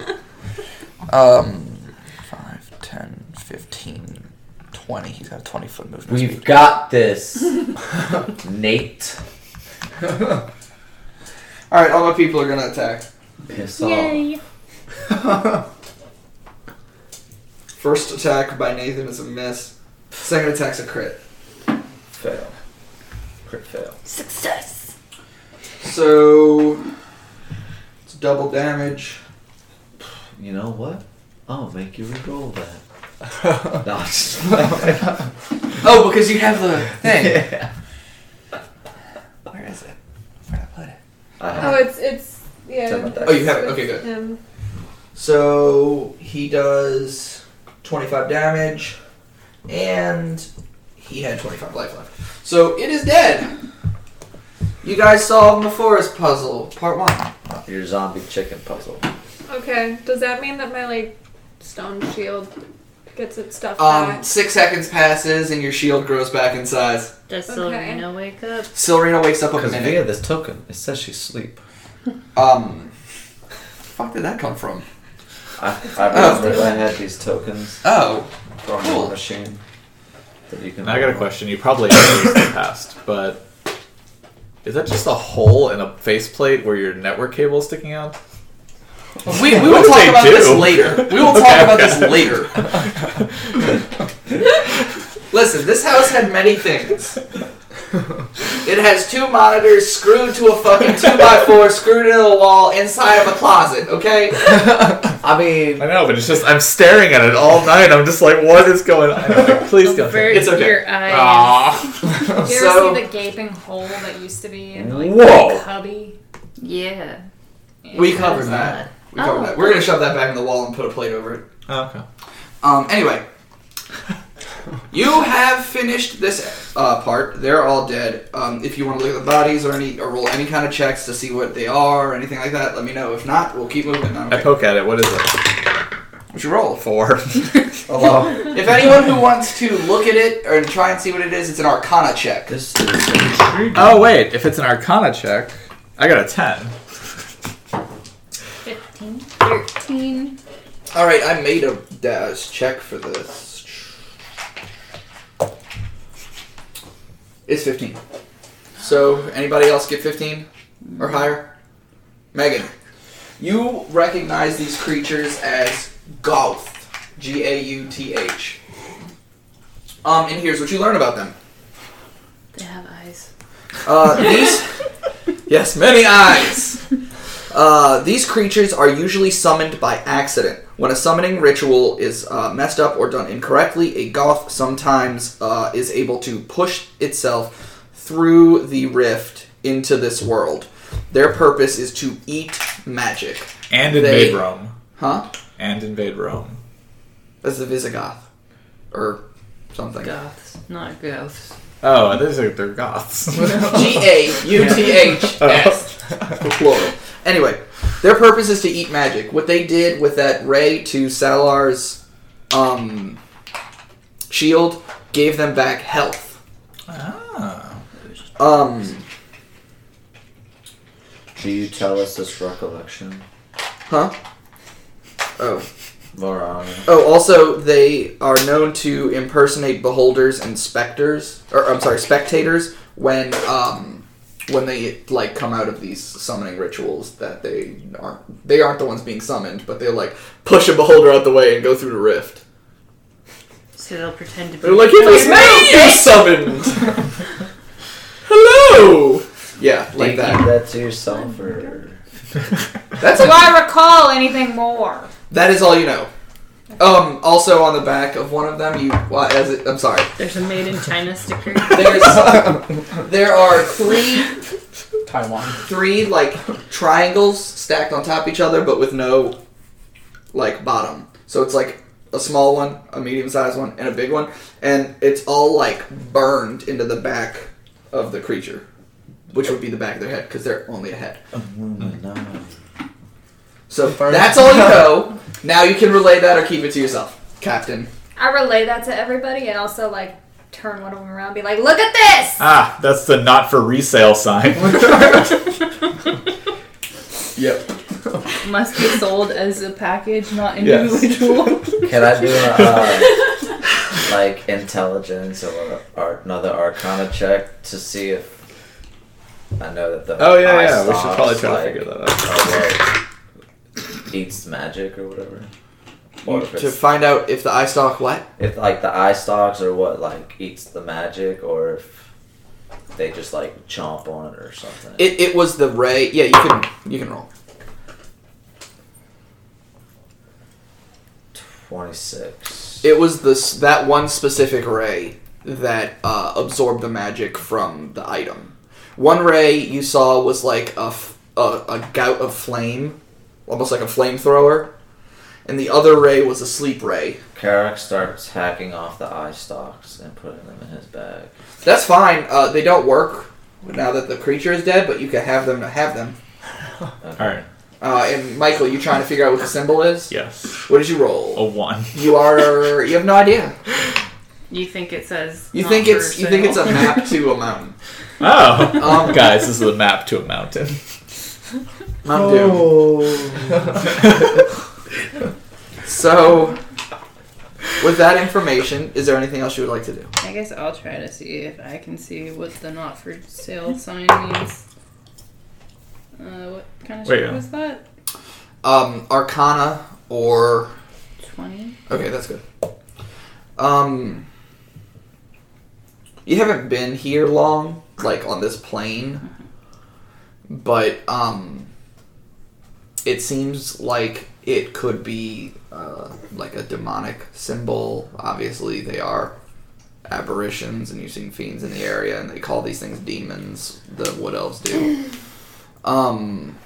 Speaker 1: Um, 5, 10, 15, 20. He's got a 20 foot movement
Speaker 6: We've
Speaker 1: speed.
Speaker 6: got this, Nate.
Speaker 1: Alright, all my people are gonna attack.
Speaker 6: Piss off.
Speaker 5: Yay!
Speaker 1: First attack by Nathan is a miss. Second attack's a crit.
Speaker 2: Fail. Crit fail.
Speaker 4: Success.
Speaker 1: So. It's double damage.
Speaker 6: You know what? I'll make you re-roll that. No, I'm just-
Speaker 1: Oh, because you have the thing. Where is it? Where did I put it?
Speaker 6: I have-
Speaker 4: Oh, it's it's yeah.
Speaker 2: Something like that.
Speaker 1: Oh, you have it. Okay, good.
Speaker 4: Um,
Speaker 1: So he does 25 damage, and he had 25 life left. So it is dead. You guys solved the forest puzzle, part one.
Speaker 6: Your zombie chicken puzzle.
Speaker 4: okay. Does that mean that my like stone shield gets its stuff
Speaker 1: Um,
Speaker 4: back?
Speaker 1: six seconds passes, and your shield grows back in size.
Speaker 5: Does
Speaker 4: Okay.
Speaker 5: Silverina wake up?
Speaker 1: Silverina wakes up a
Speaker 6: Because via
Speaker 1: minute.
Speaker 6: this token, it says she's asleep.
Speaker 1: Um, fuck did that come from?
Speaker 6: I, I remember I had these tokens
Speaker 1: Oh,
Speaker 6: from
Speaker 1: Cool.
Speaker 6: the machine that you can.
Speaker 2: Now I got a question. You probably know this in the past, but is that just a hole in a faceplate where your network cable is sticking out?
Speaker 1: we, we will
Speaker 2: What did
Speaker 1: talk
Speaker 2: they
Speaker 1: about
Speaker 2: do?
Speaker 1: this later. We will talk
Speaker 2: Okay,
Speaker 1: about
Speaker 2: okay.
Speaker 1: this later. Listen, this house had many things. It has two monitors screwed to a fucking 2x4 screwed into the wall inside of a closet, okay?
Speaker 6: I mean,
Speaker 2: I know, but it's just I'm staring at it all night. I'm just like, what is going on? Like, Please don't.
Speaker 5: Avert
Speaker 1: It's okay. Ah.
Speaker 5: your eyes.
Speaker 2: Aw.
Speaker 7: Did you
Speaker 1: So-
Speaker 7: ever see the gaping hole that used to be in like
Speaker 2: Whoa.
Speaker 7: the cubby?
Speaker 5: Yeah.
Speaker 1: We covered that. We covered that. We're gonna shove that back in the wall and put a plate over it.
Speaker 2: okay.
Speaker 1: Um, anyway. You have finished this uh, part. They're all dead. Um, if you want to look at the bodies or any or roll any kind of checks to see what they are or anything like that, let me know. If not, we'll keep moving. I don't care.
Speaker 2: I poke at it. What is it?
Speaker 1: What's your roll?
Speaker 2: Four.
Speaker 1: If anyone who wants to look at it or try and see what it is, it's an Arcana check.
Speaker 6: this is intriguing.
Speaker 2: oh wait, if it's an Arcana check, I got a ten.
Speaker 5: 15, 13.
Speaker 1: All right, I made a dash check for this. It's fifteen. So anybody else get fifteen or higher? Megan, you recognize these creatures as Gauth, G A U T H. Um, and here's what you learn about them.
Speaker 5: They have eyes.
Speaker 1: Uh, these, yes, many eyes. Uh, these creatures are usually summoned by accident. When a summoning ritual is uh, messed up or done incorrectly, a goth sometimes uh, is able to push itself through the rift into this world. Their purpose is to eat magic.
Speaker 2: And
Speaker 1: They-
Speaker 2: invade Rome.
Speaker 1: Huh?
Speaker 2: And invade Rome.
Speaker 1: That's the Visigoth. Or something.
Speaker 5: Goths, not goths.
Speaker 2: Oh, these are they're goths.
Speaker 1: G A U T H S. Plural. Anyway, their purpose is to eat magic. What they did with that ray to Salar's um, shield gave them back health.
Speaker 2: ah.
Speaker 1: Um,
Speaker 6: Do you tell us this recollection,
Speaker 1: huh? Oh.
Speaker 6: Varana?
Speaker 1: Oh, also, they are known to impersonate beholders and specters, or I'm sorry, spectators when um, when they like come out of these summoning rituals that they aren't they aren't the ones being summoned, but they'll like push a beholder out the way and go through the rift.
Speaker 5: So they'll pretend to be.
Speaker 2: They're like, it was me you summoned. Hello.
Speaker 1: Yeah, like
Speaker 6: Like
Speaker 1: that.
Speaker 6: that to yourself, or
Speaker 1: That's
Speaker 7: Do
Speaker 1: a lot.
Speaker 7: I recall anything more?
Speaker 1: That is all you know. Um, also on the back of one of them, you well, as it, I'm sorry.
Speaker 5: There's a made in China sticker.
Speaker 1: There's there are three
Speaker 3: Taiwan.
Speaker 1: three like triangles stacked on top of each other, but with no like bottom. So it's like a small one, a medium sized one, and a big one, and it's all like burned into the back of the creature, which would be the back of their head because they're only a head.
Speaker 2: Hmm.
Speaker 1: So that's all you know. Now you can relay that or keep it to yourself, Captain.
Speaker 7: I relay that to everybody and also like turn one of them around and be like, look at this!
Speaker 2: Ah, that's the not for resale sign.
Speaker 1: Yep.
Speaker 5: must be sold as a package, not
Speaker 2: Yes.
Speaker 5: individual.
Speaker 6: Can I do a, uh, like intelligence or, a- or another Arcana check to see if I know that the
Speaker 2: Oh yeah,
Speaker 6: eye
Speaker 2: yeah. We should
Speaker 6: stalks,
Speaker 2: probably try
Speaker 6: like,
Speaker 2: to figure that out.
Speaker 6: that Eats magic or whatever. Or if,
Speaker 1: to
Speaker 6: it's,
Speaker 1: find out if the eye stalk what?
Speaker 6: if like the eye stalks or what like eats the magic or if they just like chomp on it or something.
Speaker 1: It, it was the ray. Yeah, you can you can roll.
Speaker 6: Twenty six.
Speaker 1: It was this that one specific ray that uh, absorbed the magic from the item. One ray you saw was like a, f- a, a gout of flame, almost like a flamethrower, and the other ray was a sleep ray.
Speaker 6: Karak starts hacking off the eye stalks and putting them in his bag.
Speaker 1: That's fine. Uh, they don't work now that the creature is dead, but you can have them to have them.
Speaker 2: All right.
Speaker 1: Uh, and Michael, you trying to figure out what the symbol is?
Speaker 2: Yes.
Speaker 1: What did you roll?
Speaker 2: A one.
Speaker 1: You are you have no idea.
Speaker 5: You think it says?
Speaker 1: You
Speaker 5: not
Speaker 1: think
Speaker 5: for
Speaker 1: it's you think it's a
Speaker 5: sale.
Speaker 1: map to a mountain.
Speaker 2: Oh,
Speaker 1: Um,
Speaker 2: guys, this is a map to a mountain.
Speaker 1: Mountain Dew.
Speaker 6: Oh.
Speaker 1: So, with that information, is there anything else you would like to do?
Speaker 5: I guess I'll try to see if I can see what the not for sale sign means. Uh, what kind of
Speaker 2: Wait,
Speaker 5: shit
Speaker 2: uh,
Speaker 5: was that?
Speaker 1: Um, Arcana or
Speaker 5: Twenty.
Speaker 1: okay, that's good. Um, you haven't been here long, like on this plane, but um, it seems like it could be uh, like a demonic symbol. Obviously, they are aberrations, and you've seen fiends in the area, and they call these things demons. The wood elves do. Um,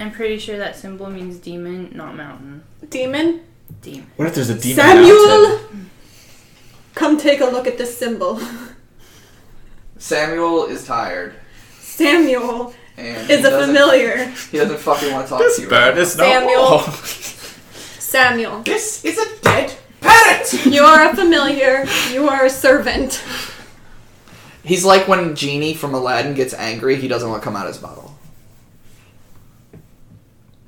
Speaker 5: I'm pretty sure that symbol means demon, not mountain.
Speaker 4: Demon?
Speaker 5: Demon.
Speaker 2: What if there's a
Speaker 4: Samuel! Come take a look at this symbol.
Speaker 1: Samuel is tired.
Speaker 4: Samuel
Speaker 1: And
Speaker 4: is
Speaker 1: he
Speaker 4: a
Speaker 1: doesn't-
Speaker 4: familiar.
Speaker 1: He doesn't fucking want to talk
Speaker 2: This
Speaker 1: to you.
Speaker 2: bird is not
Speaker 4: Samuel.
Speaker 2: warm.
Speaker 4: Samuel,
Speaker 1: This is a dead parrot.
Speaker 4: you are a familiar. You are a servant.
Speaker 1: He's like when genie from Aladdin gets angry, he doesn't want to come out of his bottle.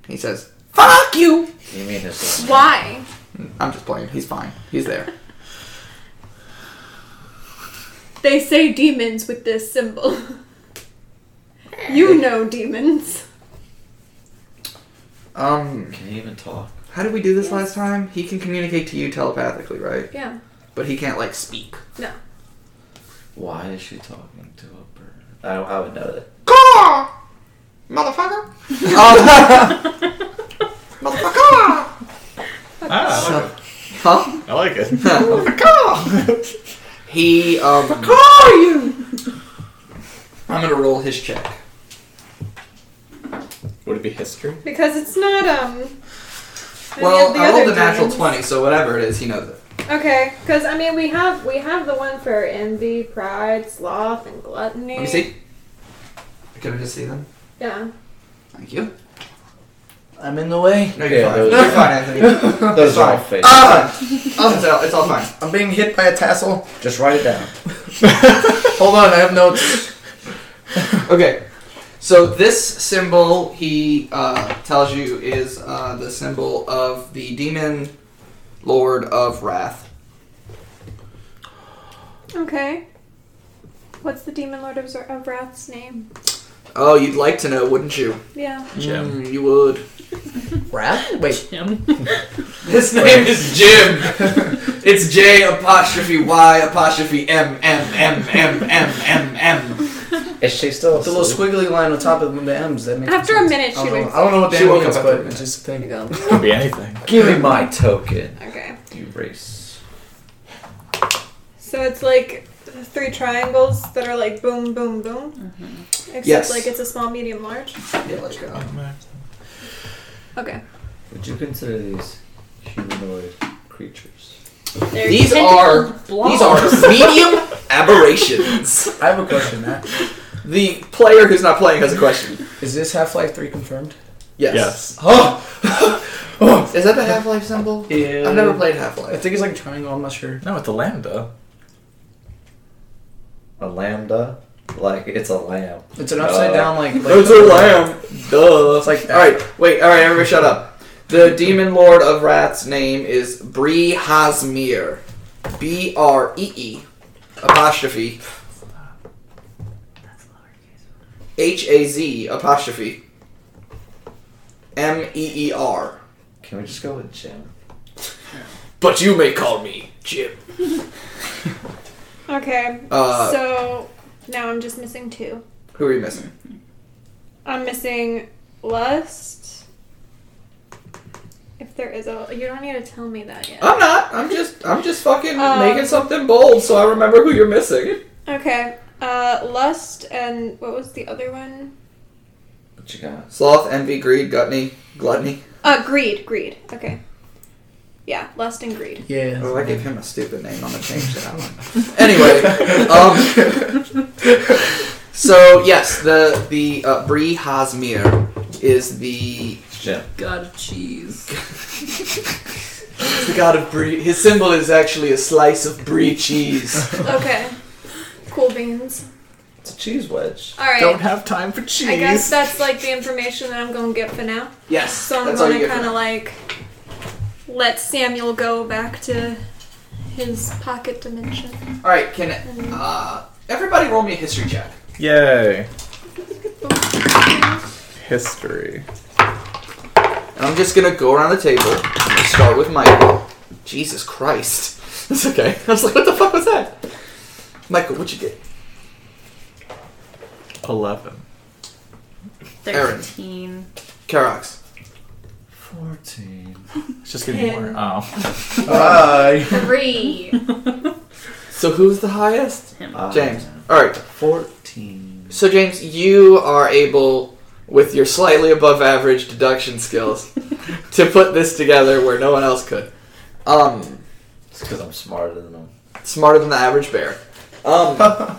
Speaker 1: He says, "Fuck you."
Speaker 6: You mean
Speaker 1: Oh.
Speaker 6: his name?
Speaker 4: Why?
Speaker 1: I'm just playing. He's fine. He's there.
Speaker 4: They say demons with this symbol. You know demons.
Speaker 1: Um,
Speaker 6: Can he even talk?
Speaker 1: how did we do this last time? He can communicate to you telepathically, right?
Speaker 4: Yeah.
Speaker 1: But he can't like speak.
Speaker 6: Why is she talking to a bird? I, I would know that.
Speaker 1: Caw! Motherfucker. um, motherfucker.
Speaker 2: Ah,
Speaker 1: Huh?
Speaker 2: I like it. I like it.
Speaker 1: Motherfucker. He um. you. I'm gonna roll his check.
Speaker 2: Would it be history?
Speaker 4: Because it's not, um. any
Speaker 1: Well,
Speaker 4: of the
Speaker 1: I rolled
Speaker 4: other
Speaker 1: a natural
Speaker 4: demons.
Speaker 1: twenty, so whatever it is, he knows it.
Speaker 4: Okay, because I mean we have we have the one for envy, pride, sloth, and gluttony.
Speaker 1: Let me see. Can I just see them?
Speaker 4: Yeah.
Speaker 1: Thank you.
Speaker 6: I'm in the way.
Speaker 1: No, you're
Speaker 6: Yeah,
Speaker 1: fine.
Speaker 6: those-
Speaker 1: You're fine, Anthony.
Speaker 6: Those are all
Speaker 1: fine.
Speaker 6: fake.
Speaker 1: Ah, Oh, it's all, it's all fine.
Speaker 3: I'm being hit by a tassel.
Speaker 6: Just write it down.
Speaker 3: Hold on, I have notes.
Speaker 1: Okay. So this symbol he uh, tells you is uh, the symbol of the demon lord of wrath.
Speaker 4: Okay. What's the demon lord of, of wrath's name?
Speaker 1: Oh, you'd like to know, wouldn't you?
Speaker 4: Yeah.
Speaker 2: Jim.
Speaker 1: Mm, you would.
Speaker 3: Wrath? Wait,
Speaker 5: Jim.
Speaker 1: His name is Jim. it's J apostrophe Y apostrophe M M M M M M M.
Speaker 6: Is she still
Speaker 3: the little
Speaker 6: asleep?
Speaker 3: squiggly line on top of the M's. That makes
Speaker 4: After a
Speaker 3: sense.
Speaker 4: minute,
Speaker 3: I
Speaker 4: she
Speaker 3: don't, know,
Speaker 4: wakes
Speaker 3: I don't know what
Speaker 1: She
Speaker 3: that
Speaker 1: woke
Speaker 3: means,
Speaker 1: up after a
Speaker 3: but
Speaker 1: minute.
Speaker 3: it's just a
Speaker 4: You
Speaker 3: thing.
Speaker 4: go.
Speaker 2: Could be anything.
Speaker 6: Give me my token.
Speaker 4: Okay.
Speaker 6: You race.
Speaker 4: So it's like three triangles that are like boom, boom, boom. Except
Speaker 1: Yes.
Speaker 4: like it's a small, medium, large.
Speaker 1: Yeah, let's go.
Speaker 2: Oh,
Speaker 4: Okay.
Speaker 6: Would you consider these humanoid creatures?
Speaker 1: These are these are medium aberrations.
Speaker 3: I have a question, Matt.
Speaker 1: The player who's not playing has a question.
Speaker 3: Is this Half Life 3 confirmed?
Speaker 1: Yes.
Speaker 2: Yes.
Speaker 3: oh,
Speaker 1: Is that the Half Life symbol?
Speaker 3: yeah.
Speaker 1: I've never played Half
Speaker 3: I
Speaker 1: Life.
Speaker 3: think it's like a triangle, I'm not sure.
Speaker 2: No, it's a lambda.
Speaker 6: A lambda?
Speaker 9: like it's a lamp.
Speaker 3: It's an upside down like. like
Speaker 1: It's a lamb. Duh. It's
Speaker 3: like
Speaker 1: like
Speaker 3: that.
Speaker 1: all right, wait, all right, everybody, shut up. The demon lord of rats' name is Bree Hasmir, B R E E apostrophe H A Z apostrophe M E E R.
Speaker 9: Can we just go with Jim?
Speaker 1: But you may call me Jim.
Speaker 4: Okay.
Speaker 1: Uh,
Speaker 4: so now I'm just missing two.
Speaker 1: Who are you missing?
Speaker 4: I'm missing lust. If there is a, you don't need to tell me that yet.
Speaker 1: I'm not. I'm just. I'm just fucking
Speaker 4: Um,
Speaker 1: making something bold so I remember who you're missing.
Speaker 4: Okay. Uh, lust and what was the other one?
Speaker 9: What you got?
Speaker 1: Sloth, envy, greed, gluttony, gluttony.
Speaker 4: Uh, greed. Greed. Okay. Yeah, lust and greed.
Speaker 3: Yeah.
Speaker 1: Oh, I gave him a stupid name. I'm gonna change that one. anyway, um, so yes, the the uh, Brie Hasmir is the
Speaker 9: Jim.
Speaker 5: God of cheese.
Speaker 1: is the god of brie. His symbol is actually a slice of brie cheese.
Speaker 4: Okay. Cool beans.
Speaker 9: It's a cheese wedge.
Speaker 4: All right.
Speaker 2: Don't have time for cheese.
Speaker 4: I guess that's like the information that I'm gonna get for now.
Speaker 1: Yes,
Speaker 4: So I'm
Speaker 1: that's all you get. for
Speaker 4: gonna kind of
Speaker 1: that.
Speaker 4: like let Samuel go back to his pocket dimension.
Speaker 1: All right, can uh, everybody roll me a history check?
Speaker 2: Yay. History.
Speaker 1: And I'm just gonna go around the table. and Start with Michael. Jesus Christ. That's okay. I was like, what the fuck was that? Michael, what'd you get?
Speaker 2: 11.
Speaker 1: Aaron.
Speaker 5: Thirteen.
Speaker 1: Karox.
Speaker 6: 14.
Speaker 2: It's just getting more. Oh.
Speaker 6: Uh,
Speaker 3: Bye.
Speaker 7: Three.
Speaker 1: So who's the highest?
Speaker 9: Uh,
Speaker 1: James. All right.
Speaker 9: 14.
Speaker 1: So James, you are able, with your slightly above average deduction skills, to put this together where no one else could. Um,
Speaker 9: It's because I'm smarter than him.
Speaker 1: smarter than the average bear. Um,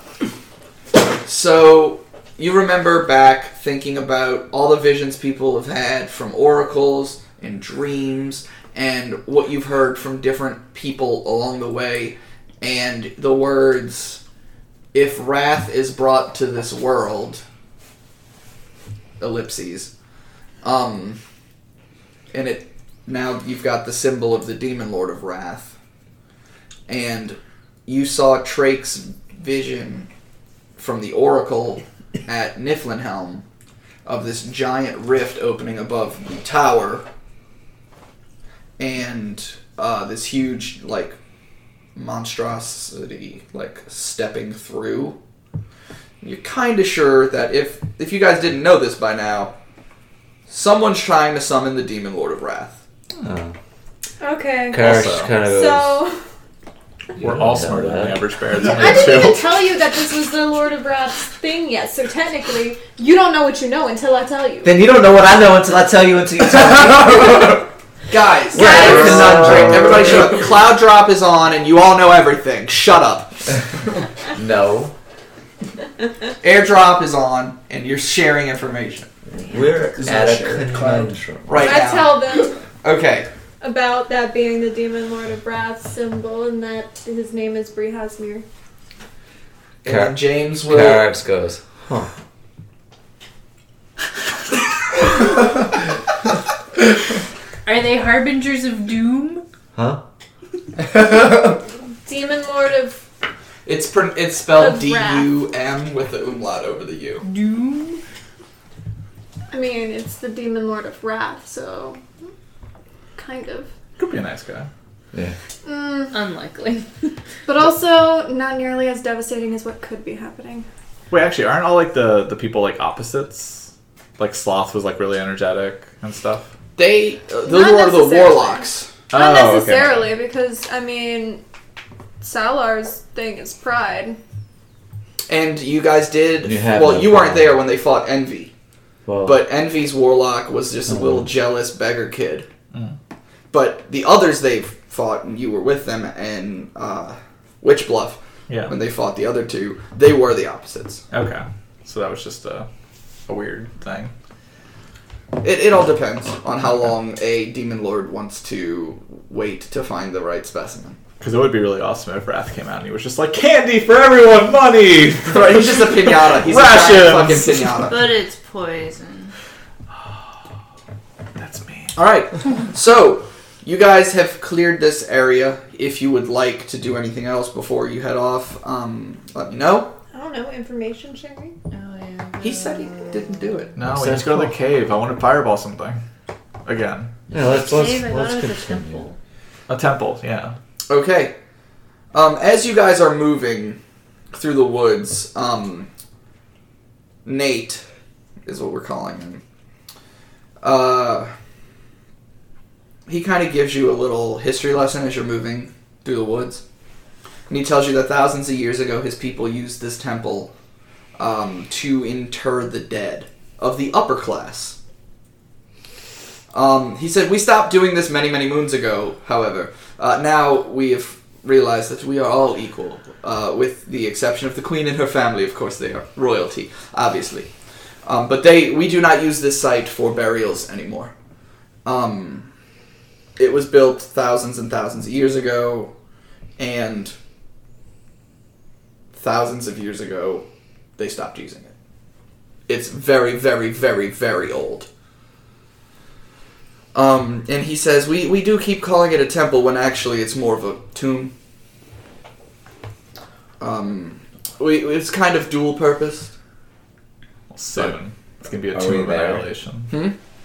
Speaker 1: so you remember back thinking about all the visions people have had from oracles and dreams and what you've heard from different people along the way and the words if wrath is brought to this world ellipses um and it now you've got the symbol of the demon lord of wrath and you saw Trake's vision from the Oracle at Niflheim of this giant rift opening above the tower, and uh, this huge like monstrosity like stepping through. You're kind of sure that if if you guys didn't know this by now, someone's trying to summon the Demon Lord of Wrath.
Speaker 6: Oh.
Speaker 4: Okay.
Speaker 6: Karash
Speaker 2: Also.
Speaker 6: kind of goes.
Speaker 4: So
Speaker 6: "You
Speaker 2: We're
Speaker 6: don't
Speaker 2: all
Speaker 6: know
Speaker 2: smarter than the
Speaker 6: that."
Speaker 2: average bear.
Speaker 4: I
Speaker 2: It's
Speaker 4: didn't
Speaker 2: me
Speaker 4: even
Speaker 2: too.
Speaker 4: tell you that this was the Lord of Wrath's thing yet. So technically, you don't know what you know until I tell you.
Speaker 9: Then you don't know what I know until I tell you until you tell me.
Speaker 1: Guys,
Speaker 4: Guys.
Speaker 1: we're in a conundrum. Everybody shut up. Cloud drop is on and you all know everything. Shut up.
Speaker 9: no.
Speaker 1: Airdrop is on and you're sharing information.
Speaker 9: We're
Speaker 3: that
Speaker 9: at
Speaker 3: shared
Speaker 9: a
Speaker 3: cloud?
Speaker 9: conundrum.
Speaker 1: Right
Speaker 4: I
Speaker 1: now.
Speaker 4: tell them
Speaker 1: okay.
Speaker 4: about that being the demon lord of wrath symbol and that his name is Brihasmir.
Speaker 1: And then James will
Speaker 6: Karax goes.
Speaker 5: Are they harbingers of doom?
Speaker 6: Huh?
Speaker 4: Demon lord of
Speaker 1: It's pr- it's spelled
Speaker 4: Of
Speaker 1: D
Speaker 4: wrath.
Speaker 1: U M with the umlaut over the U.
Speaker 5: Doom.
Speaker 4: I mean, it's the demon lord of wrath, so kind of.
Speaker 2: Could be a nice guy.
Speaker 4: Mm.
Speaker 5: Unlikely.
Speaker 4: But also not nearly as devastating as what could be happening.
Speaker 2: Wait, actually, aren't all like the the people like opposites? Like sloth was like really energetic and stuff.
Speaker 1: They uh, those
Speaker 4: Not
Speaker 1: are the
Speaker 4: necessarily.
Speaker 1: warlocks.
Speaker 4: Not
Speaker 2: Oh, okay.
Speaker 4: necessarily, because I mean, Salar's thing is pride.
Speaker 1: And you guys did
Speaker 6: You have
Speaker 1: well,
Speaker 6: no
Speaker 1: you weren't
Speaker 6: problem. Oh.
Speaker 1: there when they fought Envy.
Speaker 6: Well,
Speaker 1: But Envy's warlock was
Speaker 6: Mm.
Speaker 1: just a little jealous beggar kid. But the others they've fought, and you were with them, and uh, Witch Bluff,
Speaker 2: Yeah.
Speaker 1: when they fought the other two, they were the opposites.
Speaker 2: Okay. So that was just a, a weird thing.
Speaker 1: It, it all depends on how long a demon lord wants to wait to find the right specimen.
Speaker 2: Because it would be really awesome if Wrath came out and he was just like, candy for everyone, money!
Speaker 1: Right, he's just a pinata. He's a giant
Speaker 2: Rations.
Speaker 1: fucking pinata.
Speaker 5: But it's poison.
Speaker 2: That's me.
Speaker 1: All right. So you guys have cleared this area. If you would like to do anything else before you head off, um, let me know.
Speaker 4: I don't know, information sharing?
Speaker 5: Oh yeah.
Speaker 1: He said he didn't do it.
Speaker 2: No,
Speaker 6: What's
Speaker 2: we
Speaker 6: that
Speaker 2: just go to the
Speaker 6: called?
Speaker 2: cave. I want to fireball something. Again.
Speaker 6: Yeah, let's let's,
Speaker 5: Dave, I thought
Speaker 6: let's
Speaker 5: it was a
Speaker 6: continue.
Speaker 5: temple.
Speaker 2: A temple, yeah.
Speaker 1: Okay. Um, as you guys are moving through the woods, um, Nate is what we're calling him. Uh, he kind of gives you a little history lesson as you're moving through the woods. And he tells you that thousands of years ago, his people used this temple um, to inter the dead of the upper class. Um, he said, We stopped doing this many, many moons ago, however. Uh, now we have realized that we are all equal, uh, with the exception of the queen and her family. Of course, they are royalty, obviously. Um, but they, we do not use this site for burials anymore. Um, it was built thousands and thousands of years ago, and thousands of years ago, they stopped using it. It's very, very, very, very old. Um, and he says, we, we do keep calling it a temple when actually it's more of a tomb. Um, we, it's kind of dual purpose.
Speaker 2: Well, soon. It's going to be a
Speaker 9: Are
Speaker 2: tomb
Speaker 9: we
Speaker 2: of
Speaker 9: there?
Speaker 2: annihilation.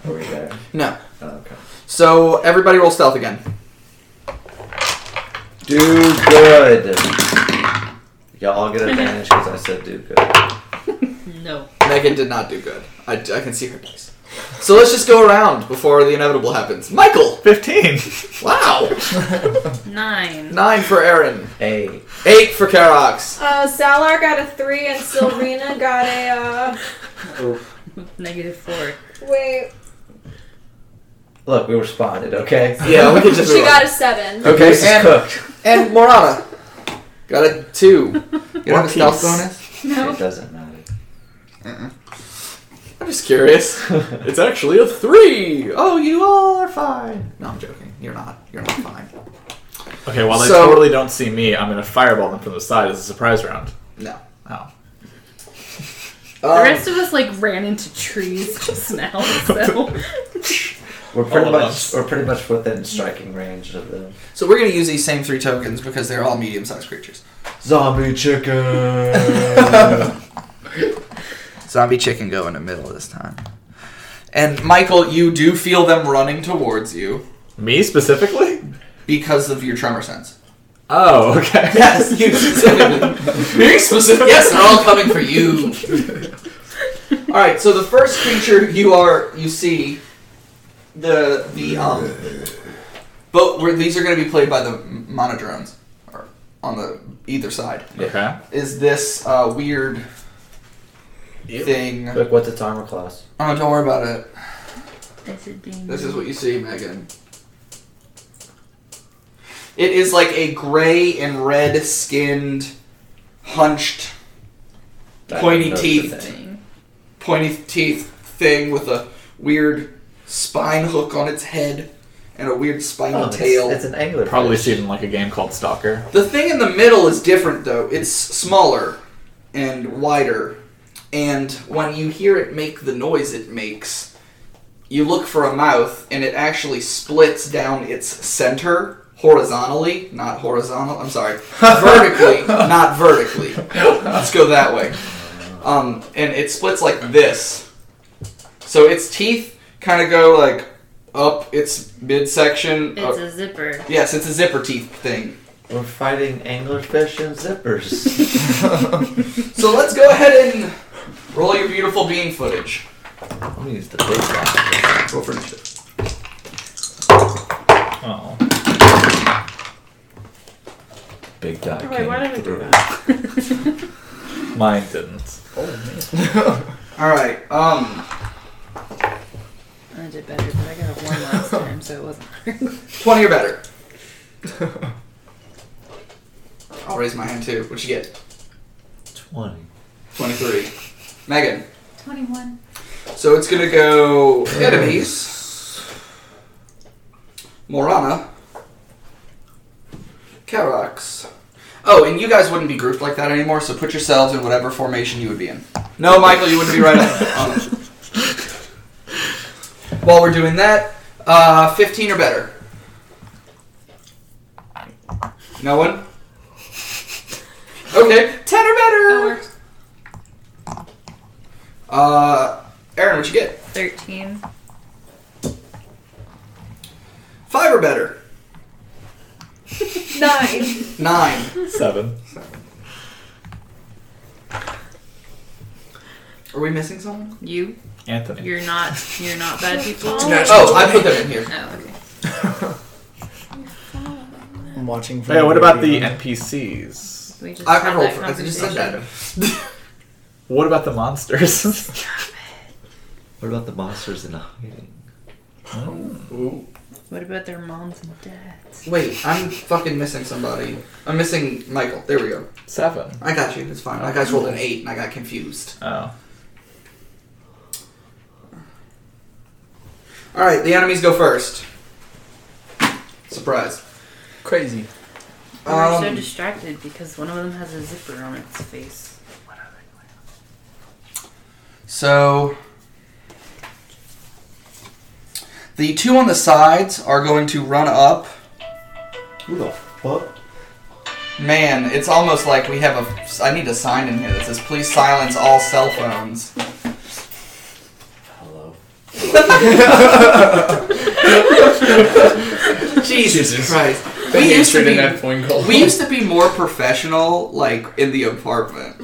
Speaker 9: Are we there?
Speaker 1: No.
Speaker 9: Oh, okay.
Speaker 1: So everybody roll stealth again.
Speaker 9: Do good. Y'all get advantage because I said do good.
Speaker 5: No.
Speaker 1: Megan did not do good. I, I can see her dice. So let's just go around before the inevitable happens. Michael!
Speaker 2: 15!
Speaker 1: Wow!
Speaker 5: Nine.
Speaker 1: Nine for Aaron.
Speaker 9: Hey,
Speaker 1: Eight for Karox.
Speaker 4: Uh, Salar got a three and Silverina got a, uh,
Speaker 5: Negative four.
Speaker 4: wait.
Speaker 9: look, we responded, okay?
Speaker 1: Yeah, we can just
Speaker 4: She
Speaker 1: move
Speaker 4: got a seven.
Speaker 1: on. Okay,
Speaker 9: This is
Speaker 1: and,
Speaker 9: cooked.
Speaker 1: and Morana. Got a two. You don't have a stealth bonus?
Speaker 9: It doesn't matter.
Speaker 1: I'm just curious. It's actually a three. Oh, you all are fine. No, I'm joking. You're not. You're not fine.
Speaker 2: Okay, while they
Speaker 1: So-
Speaker 2: totally don't see me, I'm going to fireball them from the side as a surprise round.
Speaker 1: No.
Speaker 2: Oh.
Speaker 5: The
Speaker 1: Um,
Speaker 5: rest of us like ran into trees just now, so
Speaker 9: We're pretty
Speaker 2: All of
Speaker 9: much
Speaker 2: us.
Speaker 9: we're pretty much within striking range of the
Speaker 1: so we're gonna use these same three tokens because they're all medium-sized creatures.
Speaker 9: zombie chicken.
Speaker 1: Zombie chicken go in the middle this time. And Michael, you do feel them running towards you
Speaker 2: Me specifically?
Speaker 1: because of your tremor sense.
Speaker 2: Oh, okay.
Speaker 1: you specifically. Very specific. Yes, they're all coming for you. all right. So the first creature you are you see the the um. But we're, these are going to be played by the monodrones, or on the either side.
Speaker 2: Okay.
Speaker 1: Is this uh, weird thing?
Speaker 9: look, what's its armor class?
Speaker 1: Oh, don't worry about it.
Speaker 5: this is being
Speaker 1: This is what you see, Megan. It is like a gray and red skinned, hunched,
Speaker 9: I
Speaker 1: Pointy
Speaker 9: don't know
Speaker 1: teeth.
Speaker 9: the thing.
Speaker 1: pointy teeth thing with a weird spine hook on its head and a weird spiny
Speaker 9: Oh, it's,
Speaker 1: tail.
Speaker 9: it's an angler.
Speaker 2: Probably
Speaker 9: fish.
Speaker 2: seen in like a game called Stalker.
Speaker 1: The thing in the middle is different though. It's smaller and wider. And when you hear it make the noise it makes, you look for a mouth and it actually splits down its center horizontally, not horizontal, I'm sorry, vertically, not vertically. Let's go that way. Um, and it splits like this. So its teeth kind of go like up its midsection.
Speaker 5: It's
Speaker 1: uh,
Speaker 5: a zipper.
Speaker 1: yes, it's a zipper teeth thing.
Speaker 9: We're fighting anglerfish and zippers.
Speaker 1: So let's go ahead and roll your beautiful bean footage.
Speaker 9: I'm gonna use the big one.
Speaker 1: Roll for initiative.
Speaker 2: Oh.
Speaker 6: Big dot.
Speaker 5: Wait, why
Speaker 6: came
Speaker 5: did I do
Speaker 6: through.
Speaker 2: Mine didn't.
Speaker 1: All right. Um,
Speaker 5: I did better, but I got a one last time, so it wasn't.
Speaker 1: twenty or better. I'll raise my hand too. What'd you get?
Speaker 6: Twenty.
Speaker 1: Twenty-three. Megan.
Speaker 7: 21.
Speaker 1: So it's gonna go enemies. Morana. Karax. Oh, and you guys wouldn't be grouped like that anymore, so put yourselves in whatever formation you would be in. No, Michael, you wouldn't be right on. on. While we're doing that, uh, 15 or better. No one? Okay, 10 or
Speaker 5: That
Speaker 1: better!
Speaker 5: works.
Speaker 1: Uh, Aaron, what'd you get?
Speaker 5: 13.
Speaker 1: 5 or better.
Speaker 4: Nine.
Speaker 1: 9.
Speaker 2: Seven.
Speaker 1: Are we missing someone?
Speaker 5: You?
Speaker 2: Anthony.
Speaker 5: You're not you're not bad people?
Speaker 4: Oh.
Speaker 1: Oh, I put them in here.
Speaker 5: Oh, okay.
Speaker 3: I'm watching for.
Speaker 2: Yeah, what about the
Speaker 3: movie. um,
Speaker 2: NPCs?
Speaker 5: We just
Speaker 1: I, I
Speaker 5: had
Speaker 1: rolled
Speaker 5: that
Speaker 1: for I just said
Speaker 5: conversation.
Speaker 1: that.
Speaker 2: What about the monsters?
Speaker 6: What about the monsters in hiding?
Speaker 5: What about their moms and dads?
Speaker 1: Wait, I'm fucking missing somebody. I'm missing Michael. There we go.
Speaker 2: Seven.
Speaker 1: I got you. It's fine. I guys rolled an 8 and I got confused.
Speaker 2: Oh.
Speaker 1: All right, the enemies go first. Surprise.
Speaker 3: crazy?
Speaker 5: We We're so
Speaker 1: Um,
Speaker 5: distracted because one of them has a zipper on its face.
Speaker 1: so the two on the sides are going to run up.
Speaker 6: Who the fuck?
Speaker 1: Man, it's almost like we have a. I need a sign in here that says "Please silence all cell phones."
Speaker 6: Hello.
Speaker 1: Jesus,
Speaker 8: Jesus.
Speaker 1: Christ.
Speaker 8: They
Speaker 1: We used to
Speaker 8: answered in
Speaker 1: be.
Speaker 8: that phone call.
Speaker 1: We used to be more professional, like in the apartment.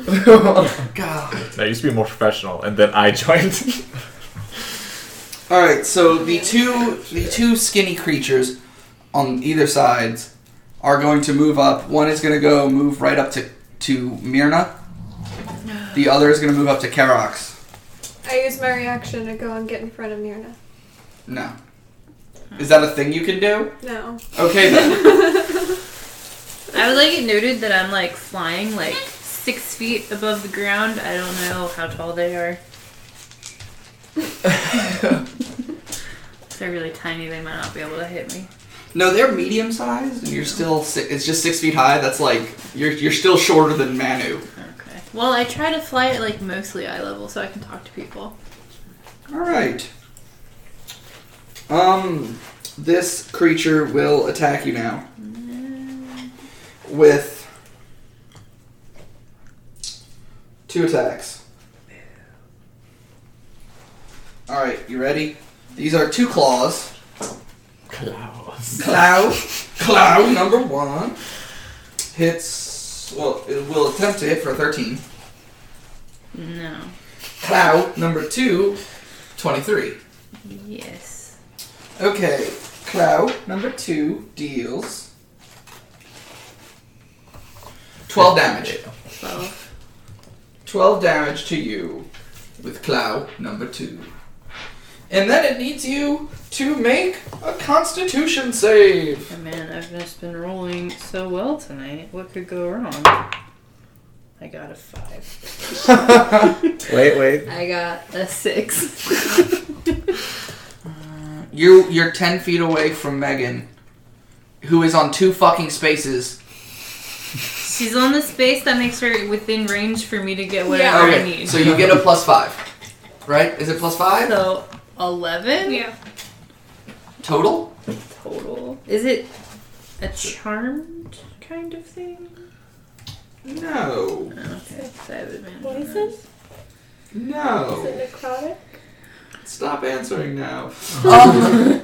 Speaker 1: God.
Speaker 2: I used to be more professional, and then I joined.
Speaker 1: All right, so the two the two skinny creatures on either sides are going to move up. One is going to go move right up to to Mirna. The other is going to move up to Karox.
Speaker 4: I use my reaction to go and get in front of Myrna.
Speaker 1: No. Is that a thing you can do?
Speaker 4: No.
Speaker 1: Okay then.
Speaker 5: I would like it noted that I'm like flying like six feet above the ground. I don't know how tall they are. if they're really tiny, they might not be able to hit me.
Speaker 1: No, they're medium sized, and you're still si- it's just six feet high. That's like you're you're still shorter than Manu.
Speaker 5: Okay. Well, I try to fly at like mostly eye level so I can talk to people.
Speaker 1: All right. Um, this creature will attack you now with two attacks. All right, you ready? These are two claws.
Speaker 2: Klaus.
Speaker 1: Clow, clow number one hits. Well, it will attempt to hit for 13.
Speaker 5: No.
Speaker 1: Clow number two, 23.
Speaker 5: Yes.
Speaker 1: Okay, Clow number two deals twelve damage.
Speaker 5: Twelve.
Speaker 1: Twelve damage to you with Clow number two, and then it needs you to make a Constitution save.
Speaker 5: Oh, man, I've just been rolling so well tonight. What could go wrong? I got a five.
Speaker 2: Wait, wait.
Speaker 5: I got a six.
Speaker 1: You you're ten feet away from Megan, who is on two fucking spaces.
Speaker 5: She's on the space that makes her within range for me to get whatever
Speaker 4: Yeah.
Speaker 5: I need.
Speaker 1: so you get a plus five, right? Is it plus five
Speaker 5: So eleven
Speaker 4: Yeah.
Speaker 1: total?
Speaker 5: total. Is it a charmed kind of thing?
Speaker 1: No,
Speaker 5: Okay. So I have advantage
Speaker 4: What
Speaker 5: on
Speaker 4: is
Speaker 5: those.
Speaker 4: Is
Speaker 1: no.
Speaker 4: it necrotic?
Speaker 1: Stop answering now. Um,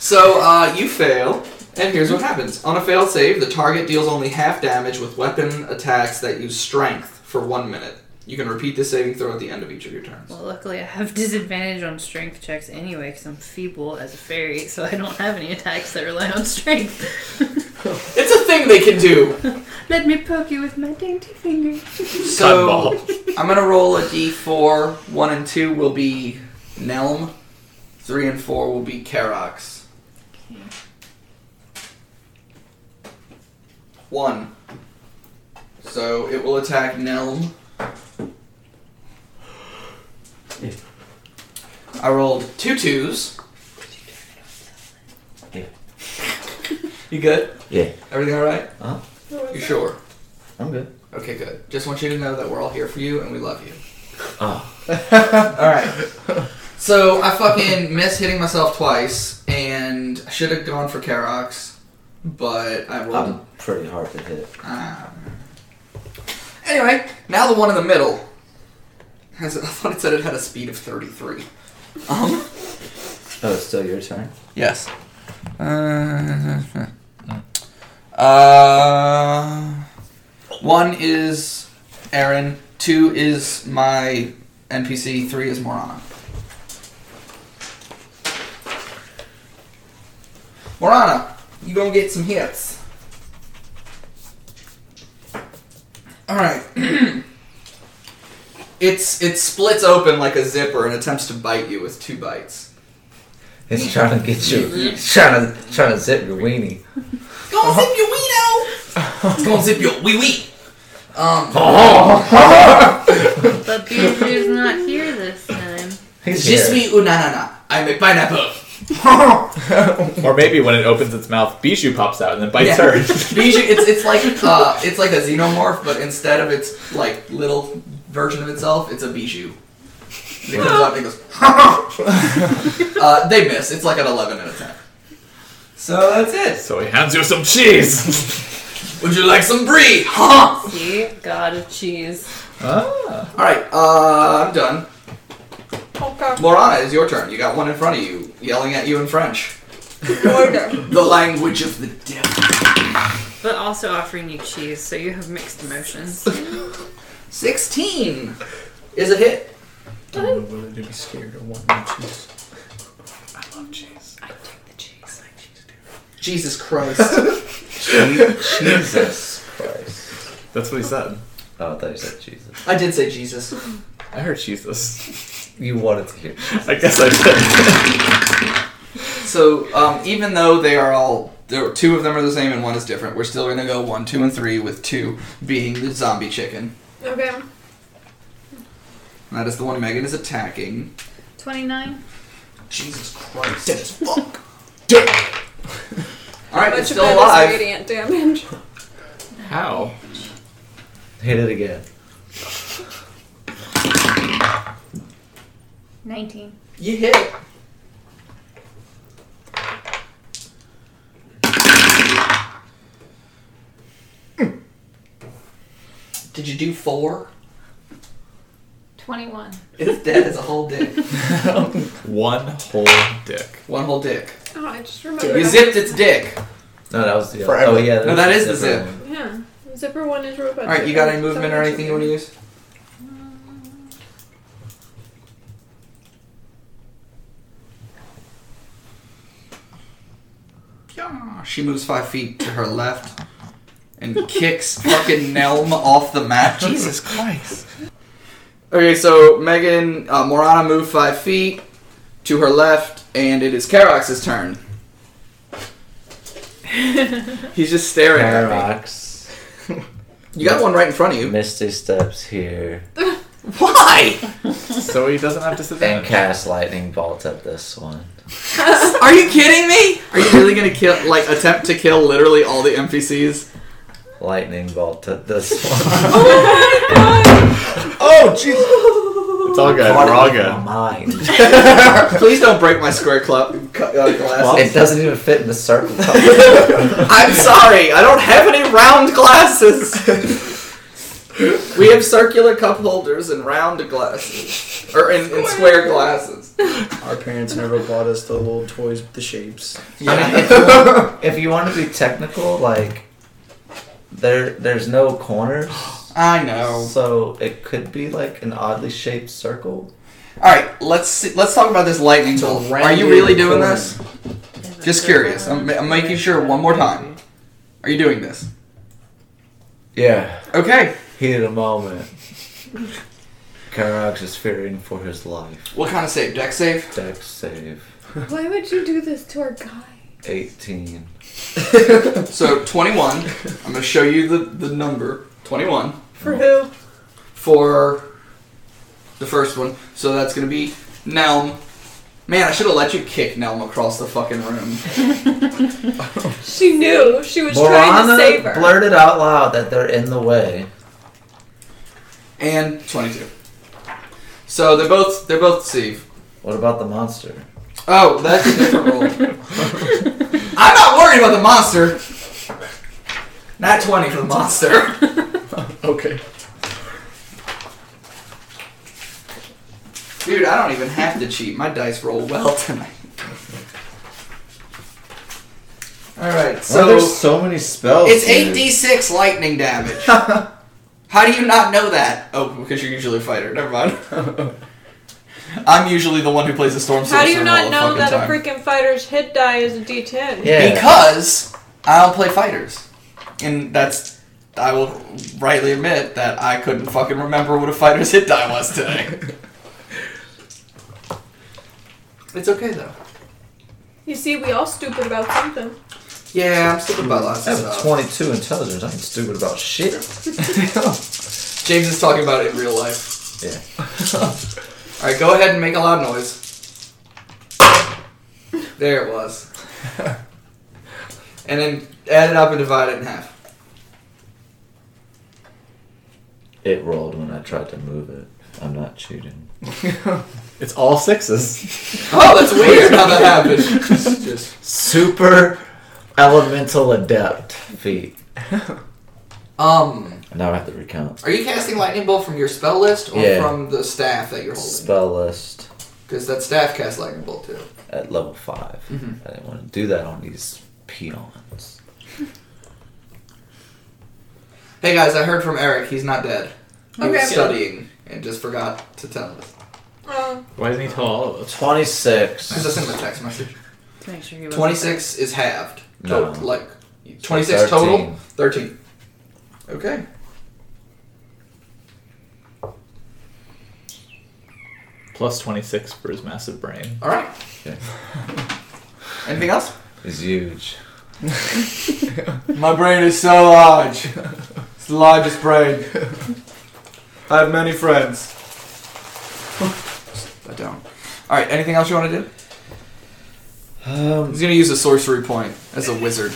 Speaker 1: so uh, you fail, and here's what happens. On a failed save, the target deals only half damage with weapon attacks that use strength for one minute. You can repeat this saving throw at the end of each of your turns.
Speaker 5: Well, luckily I have disadvantage on strength checks anyway because I'm feeble as a fairy, so I don't have any attacks that rely on strength.
Speaker 1: It's a thing they can do.
Speaker 5: Let me poke you with my dainty finger.
Speaker 1: So I'm gonna roll a d4. One and two will be Nelm. Three and four will be Kerox. One. So it will attack Nelm. I rolled two twos. You good?
Speaker 6: Yeah.
Speaker 1: Everything all right? You
Speaker 4: You
Speaker 1: sure?
Speaker 6: I'm good.
Speaker 1: Okay, good. Just want you to know that we're all here for you and we love you.
Speaker 6: Oh.
Speaker 1: all right. So I fucking missed hitting myself twice, and I should have gone for Karox, but I rolled.
Speaker 6: I'm pretty hard to hit.
Speaker 1: Um, anyway, now the one in the middle has. I thought it said it had a speed of thirty-three. Um.
Speaker 6: Oh, it's still your turn?
Speaker 1: Yes. Uh, uh, one is Aaron. Two is my NPC. Three is Morana. Morana, you gonna get some hits. All right. it's it splits open like a zipper and attempts to bite you with two bites.
Speaker 6: It's trying to get you. It's trying to trying to zip your weenie.
Speaker 1: Go on, zip your weeno. It's gonna zip your wee wee. Um,
Speaker 5: But Beetlejuice not here this time.
Speaker 6: He's
Speaker 1: just
Speaker 6: here.
Speaker 1: me Oh, unanana. I'm a pineapple.
Speaker 2: Or maybe when it opens its mouth, Bijou pops out and then bites
Speaker 1: Yeah.
Speaker 2: her.
Speaker 1: Bijou, it's it's like uh, it's like a xenomorph, but instead of its like little version of itself, it's a Bijou. And It comes out and it goes. uh, they miss. It's like an 11 out of 10. So that's it.
Speaker 2: so he hands you some cheese.
Speaker 1: Would you like some brie? All
Speaker 5: See? God of cheese.
Speaker 2: ah.
Speaker 1: right, uh, I'm done. Oh,
Speaker 4: Okay.
Speaker 1: Morana, it's your turn. You got one in front of you, yelling at you in French.
Speaker 4: Order.
Speaker 1: The language of the devil.
Speaker 5: But also offering you cheese, so you have mixed emotions.
Speaker 1: 16 is a hit.
Speaker 3: Don't know whether to be scared or want more cheese.
Speaker 2: I love cheese.
Speaker 1: Jesus Christ.
Speaker 6: Jesus Christ.
Speaker 2: That's what he said.
Speaker 6: Oh, I thought you said Jesus.
Speaker 1: I did say Jesus.
Speaker 2: I heard Jesus.
Speaker 6: You wanted to hear.
Speaker 2: I guess I did.
Speaker 1: So um, even though they are all, there, two of them are the same and one is different, we're still going to go one, two, and three, with two being the zombie chicken.
Speaker 4: Okay.
Speaker 1: And that is the one Megan is attacking.
Speaker 5: 29?
Speaker 1: Jesus Christ. Dead as fuck. Alright, it's
Speaker 4: Much of
Speaker 1: still
Speaker 4: that is
Speaker 1: alive.
Speaker 4: radiant damage.
Speaker 2: How?
Speaker 6: Hit it again.
Speaker 10: 19.
Speaker 1: You hit it. Did you do four?
Speaker 10: 21.
Speaker 1: It's dead as a whole dick.
Speaker 2: One whole dick.
Speaker 1: One whole dick.
Speaker 4: Oh, I just remembered.
Speaker 1: You
Speaker 4: that.
Speaker 1: zipped its dick.
Speaker 6: No, that was the.
Speaker 1: Forever.
Speaker 6: Oh yeah.
Speaker 1: No, that is the
Speaker 6: different
Speaker 1: zip.
Speaker 6: one.
Speaker 4: Yeah. Zipper one is robot.
Speaker 1: All right, you got any movement or anything you want to use? Yeah, She moves five feet to her left and kicks fucking Nelm off the mat. Jesus Christ. Okay, so Megan, uh, Morana moved five feet to her left, and it is Karox's turn. He's just staring at
Speaker 6: Paradox.
Speaker 1: me. You got one right in front of you.
Speaker 6: Misty steps here
Speaker 1: Why?
Speaker 2: So he doesn't have
Speaker 6: and
Speaker 2: disadvantage.
Speaker 6: cast lightning bolt at this one.
Speaker 1: Are you kidding me? Are you really gonna kill, like, attempt to kill literally all the NPCs?
Speaker 6: Lightning bolt at this one.
Speaker 2: Oh, Jesus! It's all good. We're all
Speaker 6: My
Speaker 2: good.
Speaker 6: mind.
Speaker 1: Please don't break my square club cu- uh,
Speaker 6: It
Speaker 1: glasses.
Speaker 6: doesn't even fit in the circle.
Speaker 1: I'm sorry, I don't have any round glasses. we have circular cup holders and round glasses, or in, in square glasses.
Speaker 3: Our parents never bought us the little toys with the shapes.
Speaker 6: I mean, if, you want, if you want to be technical, like there, there's no corners,
Speaker 1: I know.
Speaker 6: so it could be like an oddly shaped circle.
Speaker 1: All right, let's see, let's talk about this lightning bolt. Are you really doing this? Just curious. I'm, I'm making sure one more time. Are you doing this?
Speaker 6: Yeah,
Speaker 1: Okay.
Speaker 6: heated a moment. Karak is fearing for his life.
Speaker 1: What kind of save? Deck save.
Speaker 6: Dex save
Speaker 4: Why would you do this to our guy?
Speaker 6: 18.
Speaker 1: So 21. I'm going to show you the, the number. 21
Speaker 4: For who?
Speaker 1: for the first one. So that's going to be Nelm Man, I should have let you kick Nelm across the fucking room.
Speaker 4: She knew. She was trying to
Speaker 9: Morana
Speaker 4: save her.
Speaker 9: blurted out loud that they're in the way.
Speaker 1: And 22. So they're both they're both deceived.
Speaker 9: What about the monster?
Speaker 1: Oh, that's a different roll. I'm not worried about the monster. Not 20 for the monster.
Speaker 3: Okay.
Speaker 1: Dude, I don't even have to cheat. My dice roll well tonight. Alright,
Speaker 9: So
Speaker 1: so
Speaker 9: there's so many spells.
Speaker 1: it's
Speaker 9: Oh, dude.
Speaker 1: 8d6 lightning damage. How do you not know that? Oh, because you're usually a fighter. Never mind. I'm usually the one who plays the storm
Speaker 4: How do you
Speaker 1: Sorcerer all
Speaker 4: not
Speaker 1: the
Speaker 4: know
Speaker 1: fucking
Speaker 4: that
Speaker 1: time.
Speaker 4: a freaking fighter's hit die is a D10?
Speaker 9: Yeah.
Speaker 1: Because I don't play fighters. And that's. I will rightly admit that I couldn't fucking remember what a fighter's hit die was today. it's okay though.
Speaker 4: You see, we all stupid about something.
Speaker 1: Yeah, I'm stupid about lots
Speaker 9: I
Speaker 1: of
Speaker 9: have a
Speaker 1: stuff.
Speaker 9: 22 intelligence. I'm stupid about shit.
Speaker 1: James is talking about it in real life.
Speaker 9: Yeah.
Speaker 1: Alright, go ahead and make a loud noise. There it was. and then add it up and divide it in half.
Speaker 6: It rolled when I tried to move it. I'm not cheating.
Speaker 2: It's all sixes.
Speaker 1: Oh, that's weird how that happened. Just- just-
Speaker 9: Super elemental adept feat.
Speaker 1: um.
Speaker 6: Now I have to recount.
Speaker 1: Are you casting lightning bolt from your spell list or
Speaker 6: Yeah.
Speaker 1: from the staff that you're holding?
Speaker 6: Spell list
Speaker 1: Because that staff casts lightning bolt too.
Speaker 6: at level 5. I didn't want to do that on these peons.
Speaker 1: Hey guys, I heard from Eric. He's not dead. He was
Speaker 4: Okay.
Speaker 1: studying and just forgot to tell us.
Speaker 4: Um,
Speaker 2: Why didn't he tell all of us?
Speaker 9: 26.
Speaker 1: Because I sent him a text message.
Speaker 5: To make sure he wasn't
Speaker 1: 26 is halved.
Speaker 6: No.
Speaker 1: To- like, 26 total? 13. Okay.
Speaker 2: Plus 26 for his massive brain.
Speaker 1: Alright.
Speaker 6: Okay.
Speaker 1: Anything else?
Speaker 6: It's huge.
Speaker 1: My brain is so large. It's the largest brain. I have many friends. I don't. Alright, anything else you want to do?
Speaker 6: Um,
Speaker 1: He's gonna use a sorcery point as a wizard.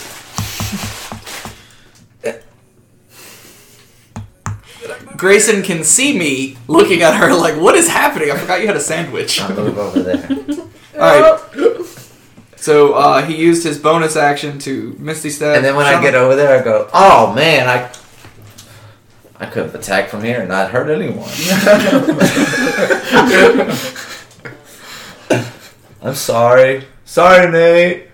Speaker 1: Grayson can see me looking at her like, what is happening? I forgot you had a sandwich.
Speaker 9: I move over there.
Speaker 1: Alright. So uh, he used his bonus action to Misty Step.
Speaker 9: And then when I get over there, I go, oh man, I I could have attacked from here and not hurt anyone. I'm sorry. Sorry, Nate.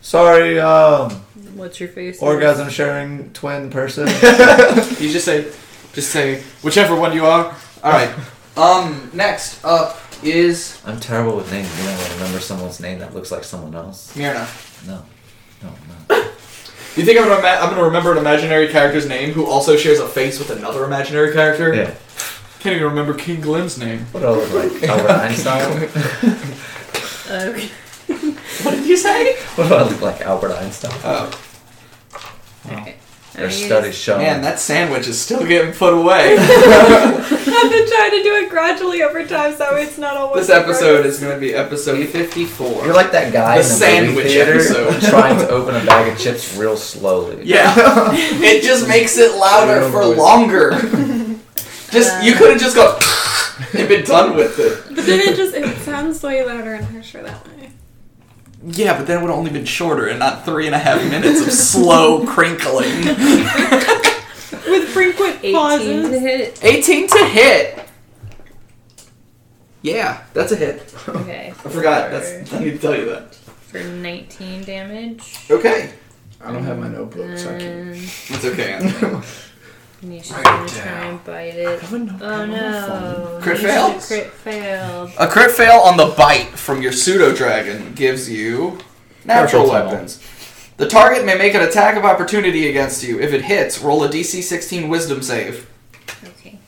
Speaker 9: Sorry, um,
Speaker 5: What's your face?
Speaker 9: orgasm sharing twin person.
Speaker 1: You just say, just say, whichever one you are. Alright. Um, next up is
Speaker 9: I'm terrible with names. You know, I remember someone's name that looks like someone else.
Speaker 1: Myrna.
Speaker 9: No. No, no.
Speaker 1: You think I'm gonna, ima- I'm gonna remember an imaginary character's name who also shares a face with another imaginary character?
Speaker 9: Yeah.
Speaker 1: Can't even remember King Glim's name.
Speaker 9: What do I look like? Albert Einstein?
Speaker 5: Okay.
Speaker 1: What did you say?
Speaker 9: What do I look like? Albert Einstein?
Speaker 1: Oh,
Speaker 5: Okay. I
Speaker 9: Their
Speaker 5: mean,
Speaker 9: studies show.
Speaker 1: man, that sandwich is still getting put away.
Speaker 4: I've been trying to do it gradually over time, so it's not always.
Speaker 1: this episode is going to be episode 54.
Speaker 9: You're like that guy
Speaker 1: The
Speaker 9: in the
Speaker 1: sandwich
Speaker 9: movie theater
Speaker 1: episode.
Speaker 9: trying to open a bag of chips real slowly.
Speaker 1: yeah. it just makes it louder for longer. just you could have just gone and been done with it.
Speaker 4: But then it just it sounds way louder and harsher that way.
Speaker 1: Yeah, but then it would have only been shorter and not three and a half minutes of slow crinkling.
Speaker 4: With frequent
Speaker 5: 18 to
Speaker 4: pauses.
Speaker 5: hit.
Speaker 1: 18 to hit. Yeah, that's a hit.
Speaker 5: Okay.
Speaker 1: I forgot. That's I need to tell you that.
Speaker 5: For 19 damage.
Speaker 1: Okay.
Speaker 3: I don't have my notebook, so I can't.
Speaker 5: And
Speaker 1: It's okay. Anthony.
Speaker 5: Nisha's gonna try and bite it. Oh no.
Speaker 1: Crit
Speaker 5: Nisha
Speaker 1: fail?
Speaker 5: Crit failed.
Speaker 1: A crit fail on the bite from your pseudo dragon gives you natural
Speaker 2: Natural tunnel.
Speaker 1: weapons. The target may make an attack of opportunity against you. If it hits, roll a DC 16 Wisdom save,
Speaker 5: Okay.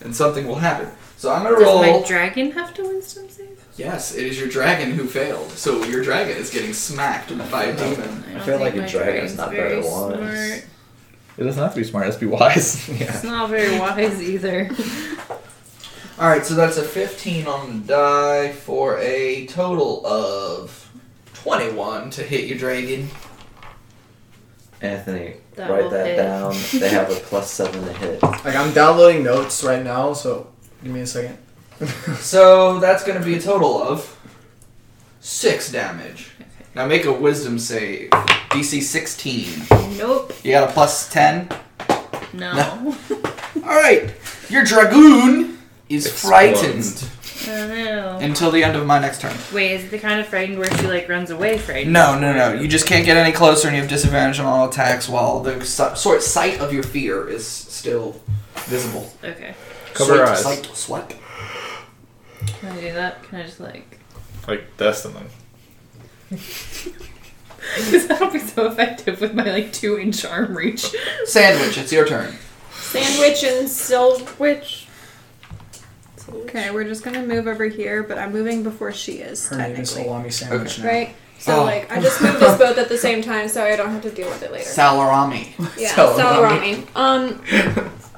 Speaker 1: and something will happen. So I'm gonna
Speaker 5: Does
Speaker 1: roll.
Speaker 5: my dragon have to wisdom save?
Speaker 1: Yes, it is your dragon who failed. So your dragon is getting smacked by a demon.
Speaker 5: don't
Speaker 9: feel like
Speaker 5: think
Speaker 9: a
Speaker 5: my
Speaker 9: dragon's not
Speaker 5: brain's
Speaker 9: very wise.
Speaker 5: smart.
Speaker 2: It doesn't have to be smart, it has to be wise.
Speaker 5: It's not very wise either.
Speaker 9: All right, so that's a 15 on the die for a total of
Speaker 1: 21 to hit your dragon.
Speaker 9: Anthony.
Speaker 5: That
Speaker 9: write
Speaker 5: will
Speaker 9: that
Speaker 5: hit.
Speaker 9: down. They have a plus seven to hit.
Speaker 1: Mm.
Speaker 3: Like I'm downloading notes right now, so give me a second.
Speaker 1: So that's going to be a total of 6 damage. Now make a wisdom save. DC 16.
Speaker 5: Nope.
Speaker 1: You got a plus 10?
Speaker 5: No.
Speaker 1: Alright. Your dragoon is
Speaker 2: Explodes.
Speaker 1: frightened
Speaker 5: oh, no.
Speaker 1: until the end of my next turn.
Speaker 5: Wait, is it the kind of frightened where she like runs away frightened?
Speaker 1: No, no, no. You just can't get any closer and you have disadvantage on all attacks while the si- sort sight of your fear is still visible.
Speaker 5: Okay.
Speaker 2: Cover your
Speaker 1: Sight-
Speaker 2: eyes.
Speaker 1: sight- swipe.
Speaker 5: Can I do that? Can I just like?
Speaker 2: Like this and then.
Speaker 5: Because that'll be so effective with my like two inch arm reach.
Speaker 1: Sandwich, it's your turn.
Speaker 4: Sandwich and Silwich.
Speaker 11: Okay, we're just gonna move over here, but I'm moving before she is,
Speaker 3: Her name is
Speaker 11: technically.
Speaker 3: salami sandwich now.
Speaker 4: Right? So,
Speaker 1: Oh.
Speaker 4: like, I just moved us both at the same time so I don't have to deal with it later.
Speaker 1: Salarami.
Speaker 4: Yeah,
Speaker 1: Salrami.
Speaker 4: Salrami. Um,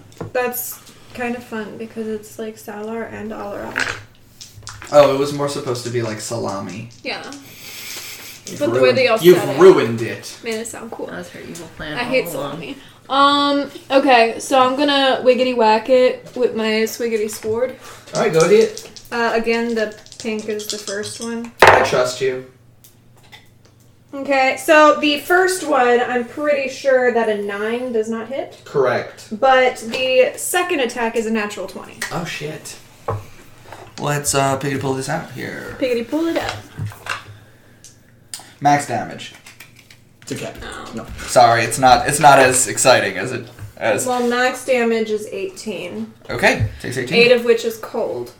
Speaker 4: that's kind of fun because it's like Salar and Alara.
Speaker 1: Oh, it was more supposed to be like salami.
Speaker 4: Yeah.
Speaker 1: You've
Speaker 4: But the way they all
Speaker 1: You've
Speaker 4: said it.
Speaker 1: ruined it.
Speaker 4: Made it sound cool.
Speaker 5: That's her evil plan.
Speaker 4: I
Speaker 5: all
Speaker 4: hate
Speaker 5: along.
Speaker 4: salami. Um, okay, so I'm gonna wiggity whack it with my swiggity sword.
Speaker 1: Alright, go idiot.
Speaker 4: Uh, again, the pink is the first one.
Speaker 1: I trust you.
Speaker 4: Okay, so the first one, I'm pretty sure that a 9 does not hit,
Speaker 1: Correct.
Speaker 4: but the second attack is a natural 20.
Speaker 1: Oh shit. Let's uh piggy pull this out here.
Speaker 4: Piggity, pull it up.
Speaker 1: Max damage.
Speaker 3: It's okay.
Speaker 1: Oh. Sorry, it's not it's not as exciting as it as
Speaker 4: Well, max damage is 18,
Speaker 1: Okay, takes
Speaker 4: 8 of which is cold.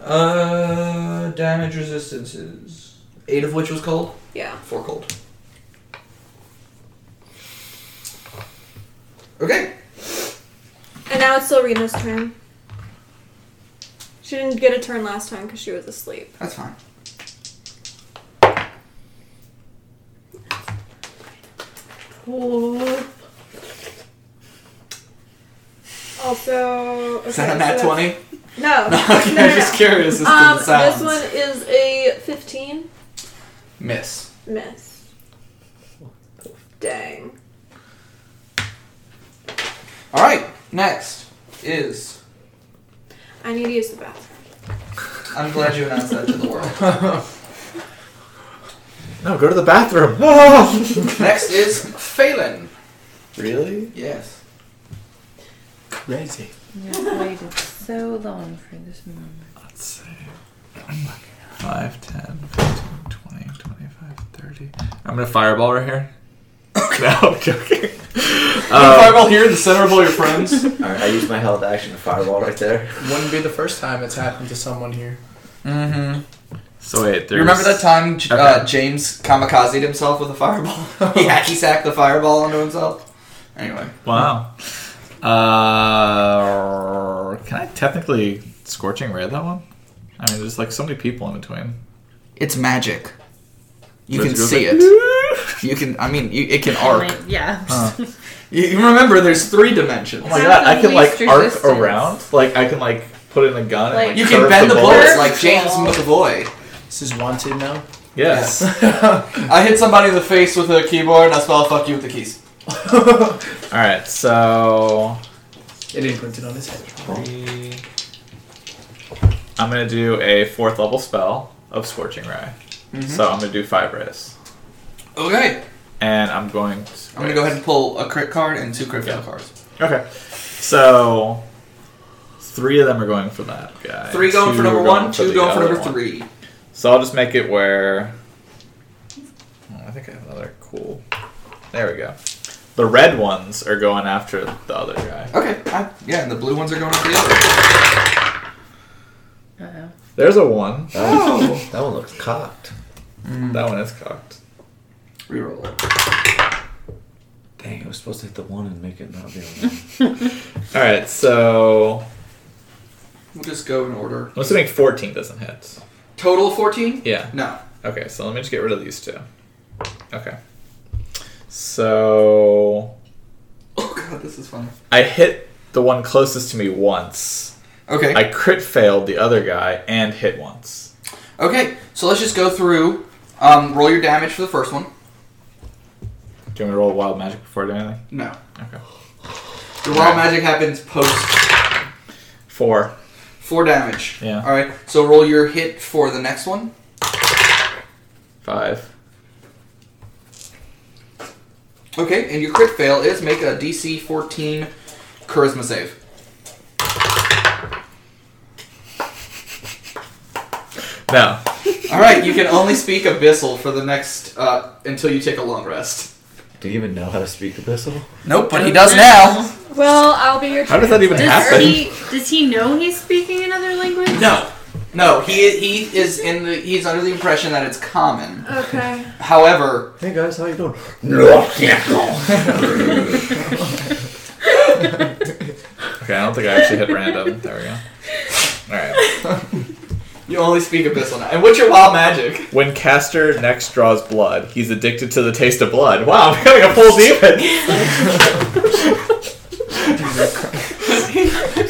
Speaker 1: Uh, damage resistances. Eight of which was cold.
Speaker 4: Yeah.
Speaker 1: Four cold. Okay.
Speaker 4: And now it's Silrena's turn. She didn't get a turn last time because she was asleep.
Speaker 1: That's fine.
Speaker 4: Also, okay,
Speaker 1: Is that a
Speaker 4: so
Speaker 1: nat
Speaker 4: that's-
Speaker 1: 20?
Speaker 4: No, no,
Speaker 1: Okay,
Speaker 4: no,
Speaker 1: I'm
Speaker 4: no.
Speaker 1: just curious as to
Speaker 4: Um,
Speaker 1: the sounds.
Speaker 4: this one is a 15
Speaker 1: Miss.
Speaker 4: miss. Dang.
Speaker 1: Alright, next is.
Speaker 4: I need to use the bathroom.
Speaker 1: I'm glad you announced that to the world.
Speaker 2: No, go to the bathroom.
Speaker 1: next is Phelan.
Speaker 2: really?
Speaker 1: Yes.
Speaker 3: Crazy.
Speaker 5: I've waited so long for this moment.
Speaker 2: Let's see. 5, 10, 15, 20, 25, 30. I'm gonna fireball right here. Okay. No, I'm joking. Uh,
Speaker 1: fireball here in the center of all your friends.
Speaker 9: All right, I used my held action to fireball right there.
Speaker 3: Wouldn't be the first time it's happened to someone here.
Speaker 1: mm hmm.
Speaker 2: so wait, there's.
Speaker 1: You remember that time J- uh,
Speaker 2: Okay.
Speaker 1: James kamikazed himself with a fireball? he hacky sacked the fireball onto himself? Anyway.
Speaker 2: Wow. Uh, can I technically scorching ray that one? I mean, there's like so many people in between.
Speaker 1: It's magic. You
Speaker 2: So
Speaker 1: can
Speaker 2: it's real
Speaker 1: see
Speaker 2: quick.
Speaker 1: it. You can. I mean, you, it can arc.
Speaker 5: Like, yeah.
Speaker 2: Huh.
Speaker 1: You, you remember, there's three dimensions.
Speaker 2: Oh my
Speaker 5: It's
Speaker 2: god,
Speaker 5: not
Speaker 2: I can
Speaker 5: the
Speaker 2: like
Speaker 5: least
Speaker 2: arc
Speaker 5: resistance.
Speaker 2: around. Like I can like put in a gun and
Speaker 5: Like-
Speaker 2: like
Speaker 1: you can
Speaker 2: curve
Speaker 1: bend the
Speaker 2: bullet.
Speaker 1: bullets like James McAvoy.
Speaker 3: This is wanted now.
Speaker 2: Yes.
Speaker 1: I hit somebody in the face with a keyboard and I spell "fuck you" with the keys.
Speaker 3: it
Speaker 2: All right. So
Speaker 3: imprinted on his head.
Speaker 2: three- I'm gonna do a fourth level spell of scorching ray.
Speaker 1: Mm-hmm.
Speaker 2: So I'm gonna do five rays,
Speaker 1: Okay,
Speaker 2: and I'm going. To,
Speaker 1: I'm gonna go ahead and pull a crit card and two crit fail
Speaker 2: Yeah.
Speaker 1: cards.
Speaker 2: Okay. So three of them are going for that guy.
Speaker 1: Three going
Speaker 2: Two
Speaker 1: for number
Speaker 2: are
Speaker 1: one, two
Speaker 2: the
Speaker 1: going for
Speaker 2: other
Speaker 1: number
Speaker 2: one.
Speaker 1: three.
Speaker 2: So I'll just make it where. Oh, I think I have another cool. There we go. The red ones are going after the other guy.
Speaker 1: Okay, I, yeah, and the blue ones are going for the other.
Speaker 5: Uh-oh.
Speaker 2: There's a one.
Speaker 1: Oh,
Speaker 9: That one looks cocked.
Speaker 2: That one is cocked.
Speaker 1: reroll.
Speaker 6: Dang, I was supposed to hit the one and make it not be a one.
Speaker 2: All right, so
Speaker 1: We'll just go in order.
Speaker 2: let's make 14 doesn't hit.
Speaker 1: Total fourteen?
Speaker 2: Yeah.
Speaker 1: No.
Speaker 2: Okay, so let me just get rid of these two. Okay. So
Speaker 1: Oh god, this is funny.
Speaker 2: I hit the one closest to me once,
Speaker 1: Okay.
Speaker 2: I crit failed the other guy and hit once.
Speaker 1: Okay, so let's just go through. Um, roll your damage for the first one.
Speaker 2: Do you want me to roll wild magic before I do anything?
Speaker 1: No.
Speaker 2: Okay.
Speaker 1: The wild magic happens post
Speaker 2: Four.
Speaker 1: four damage.
Speaker 2: Yeah.
Speaker 1: All right. So roll your hit for the next one.
Speaker 2: Five.
Speaker 1: Okay, and your crit fail is make a DC 14 charisma save.
Speaker 2: No.
Speaker 1: All right, you can only speak abyssal for the next uh, until you take a long rest.
Speaker 6: Do you even know how to speak abyssal?
Speaker 1: Nope, but he does now.
Speaker 4: Well, I'll be your.
Speaker 2: How does that even
Speaker 5: Does
Speaker 2: happen?
Speaker 5: he does he know he's speaking another language?
Speaker 1: No, no, he he is in the he's under the impression that it's common.
Speaker 4: Okay.
Speaker 1: However,
Speaker 6: Hey guys, how you doing?
Speaker 2: Okay, I don't think I actually hit random. There we go. Alright.
Speaker 1: you only speak abyssal now. And what's your wild magic?
Speaker 2: When Caster next draws blood, he's addicted to the taste of blood. Wow, I'm becoming a full demon!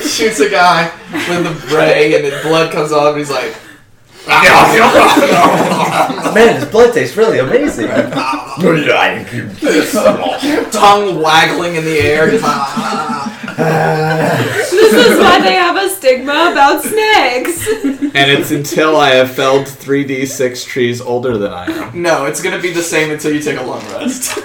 Speaker 1: Shoots a guy with a ray, and then blood comes off, and he's like,
Speaker 9: Oh, Man, his blood tastes really amazing.
Speaker 1: tongue waggling in the air. just, "Ah."
Speaker 11: This is why they have a stigma about snakes.
Speaker 2: and it's until I have felled 3d6 trees older than I am.
Speaker 1: no, it's gonna be the same until you take a long rest,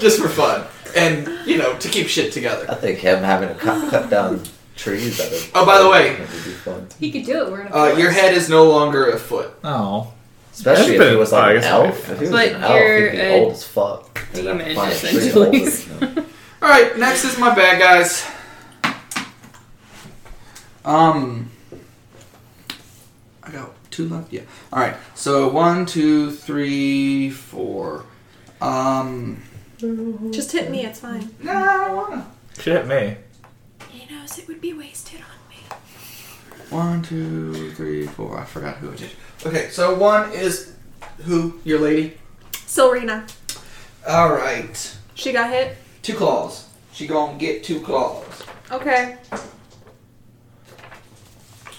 Speaker 1: just for fun, and you know to keep shit together.
Speaker 9: I think him having to cut, cut down trees at him.
Speaker 1: Oh, by the way.
Speaker 9: would be fun.
Speaker 7: He could do it. We're in a
Speaker 1: Uh, your
Speaker 7: forest.
Speaker 1: head is no longer a foot.
Speaker 2: Oh.
Speaker 9: Especially
Speaker 2: That's
Speaker 9: if he
Speaker 2: been-
Speaker 9: was
Speaker 2: oh, I
Speaker 9: like an
Speaker 2: guess
Speaker 9: elf.
Speaker 2: I-
Speaker 9: If he was
Speaker 5: But
Speaker 9: an elf,
Speaker 5: you're
Speaker 9: he'd be
Speaker 5: a
Speaker 9: old as fuck. They'd have to
Speaker 5: demon,
Speaker 9: find a tree
Speaker 5: essentially.
Speaker 9: older than him.
Speaker 1: All right, next is my bad guys. Um, I got two left. Yeah. All right. So one, two, three, four. Um,
Speaker 4: Just hit me. It's fine.
Speaker 1: no, I don't wanna.
Speaker 2: Should hit me.
Speaker 4: He knows it would be wasted on me.
Speaker 1: One, two, three, four. I forgot who it is. Okay, so one is who? Your lady.
Speaker 4: Silrina.
Speaker 1: All right.
Speaker 4: She got hit.
Speaker 1: Two claws. She gonna get two claws.
Speaker 4: Okay.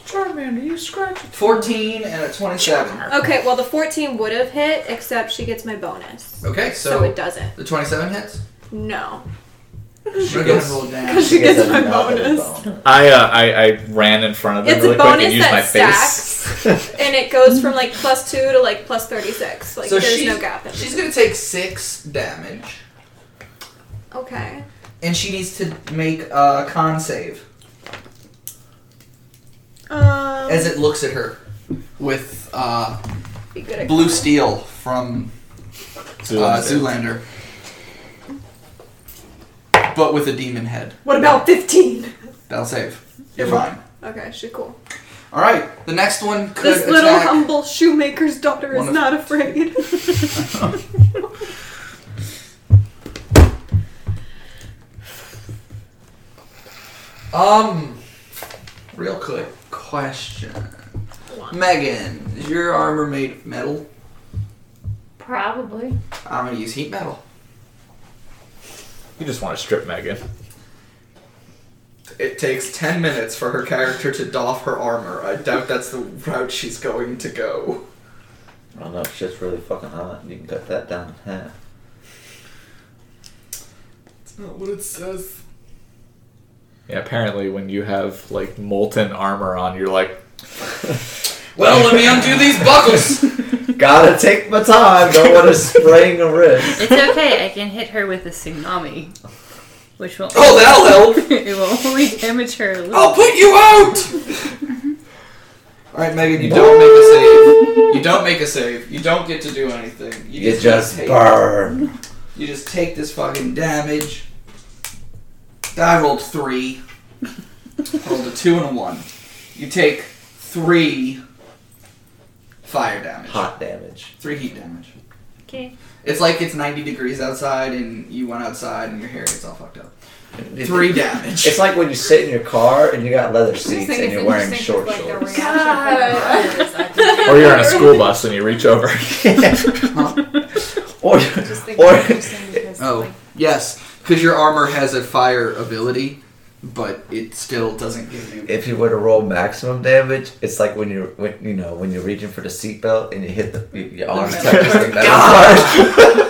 Speaker 1: Charmander, you scratch. Fourteen and a twenty-seven.
Speaker 4: Okay. Well, the 14 would have hit, except she gets my bonus,
Speaker 1: Okay,
Speaker 4: so,
Speaker 1: so
Speaker 4: it doesn't.
Speaker 1: the twenty-seven hits.
Speaker 4: No.
Speaker 1: Go ahead and roll damage.
Speaker 4: Because she gets my
Speaker 9: another
Speaker 4: bonus.
Speaker 9: bone.
Speaker 2: I, uh, I I ran in front of them
Speaker 4: It's
Speaker 2: really
Speaker 4: a
Speaker 2: quick and
Speaker 4: bonus
Speaker 2: used my
Speaker 4: that
Speaker 2: face.
Speaker 4: stacks, and it goes from like plus two to like plus thirty six. Like
Speaker 1: So
Speaker 4: there's
Speaker 1: she's-
Speaker 4: no gap. In
Speaker 1: She's gonna take six damage,
Speaker 4: okay.
Speaker 1: and she needs to make a con save
Speaker 4: Um,
Speaker 1: as it looks at her with uh,
Speaker 4: be good at
Speaker 1: blue steel from uh, Zoolander, but with a demon head.
Speaker 4: What about fifteen?
Speaker 1: That'll save. You're fine.
Speaker 4: Okay, she cool.
Speaker 1: All right, the next one could
Speaker 4: This little
Speaker 1: attack.
Speaker 4: humble shoemaker's daughter
Speaker 1: One
Speaker 4: is
Speaker 1: of-
Speaker 4: not afraid.
Speaker 1: um, real quick question. Megan, is your armor made of metal?
Speaker 5: Probably.
Speaker 1: I'm gonna use heat metal.
Speaker 2: You just want to strip Megan.
Speaker 1: It takes 10 minutes for her character to doff her armor. I doubt that's the route she's going to go.
Speaker 9: I don't know if shit's really fucking hot. You can cut that down in half.
Speaker 1: That's not what it says.
Speaker 2: Yeah, apparently when you have like molten armor on, you're like,
Speaker 1: Well, let me undo these buckles!
Speaker 9: Gotta take my time. Don't want to sprain a wrist.
Speaker 5: It's okay. I can hit her with a tsunami, which will
Speaker 1: oh, that'll help!
Speaker 5: it will only damage her a little.
Speaker 1: I'll put you out! Alright, Megan, you don't make a save. You don't make a save. You don't get to do anything.
Speaker 9: You just burn.
Speaker 1: You just take this fucking damage. I rolled three. I rolled a two and a one. You take three fire damage.
Speaker 9: Hot damage.
Speaker 1: Three heat damage.
Speaker 5: Okay.
Speaker 1: It's like it's 90 degrees outside and you went outside and your hair gets all fucked up. Three damage.
Speaker 9: It's like when you sit in your car and you got leather
Speaker 7: I just
Speaker 9: seats
Speaker 7: think
Speaker 9: and
Speaker 7: it's
Speaker 9: you're wearing
Speaker 7: interesting
Speaker 9: short
Speaker 7: 'cause, like,
Speaker 9: shorts.
Speaker 7: The reaction from the brothers, I think.
Speaker 2: or you're on a school bus and you reach over.
Speaker 9: or
Speaker 7: I just think
Speaker 9: or
Speaker 7: it's interesting because,
Speaker 1: Oh,
Speaker 7: like,
Speaker 1: yes. Because your armor has a fire ability but it still doesn't give you.
Speaker 9: If you were to roll maximum damage, it's like when you're when you know when you're reaching for the seatbelt and you hit the y- your arm touches the metal part.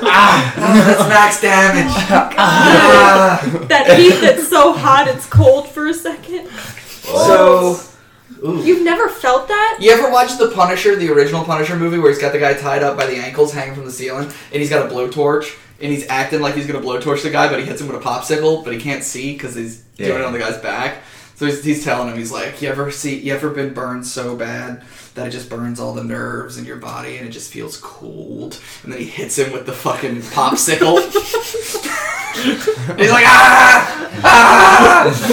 Speaker 1: Oh, that's max damage. Ah.
Speaker 11: that heat that's so hot it's cold for a second.
Speaker 1: so, ooh.
Speaker 11: You've never felt that?
Speaker 1: You ever watch The Punisher, the original Punisher movie, where he's got the guy tied up by the ankles, hanging from the ceiling, and he's got a blowtorch, and he's acting like he's gonna blowtorch the guy, but he hits him with a popsicle, but he can't see because he's doing
Speaker 9: Yeah.
Speaker 1: it on the guy's back. So he's, he's telling him, he's like, "You ever see? You ever been burned so bad that it just burns all the nerves in your body, and it just feels cold?" And then he hits him with the fucking popsicle. And he's like, "Ah, ah!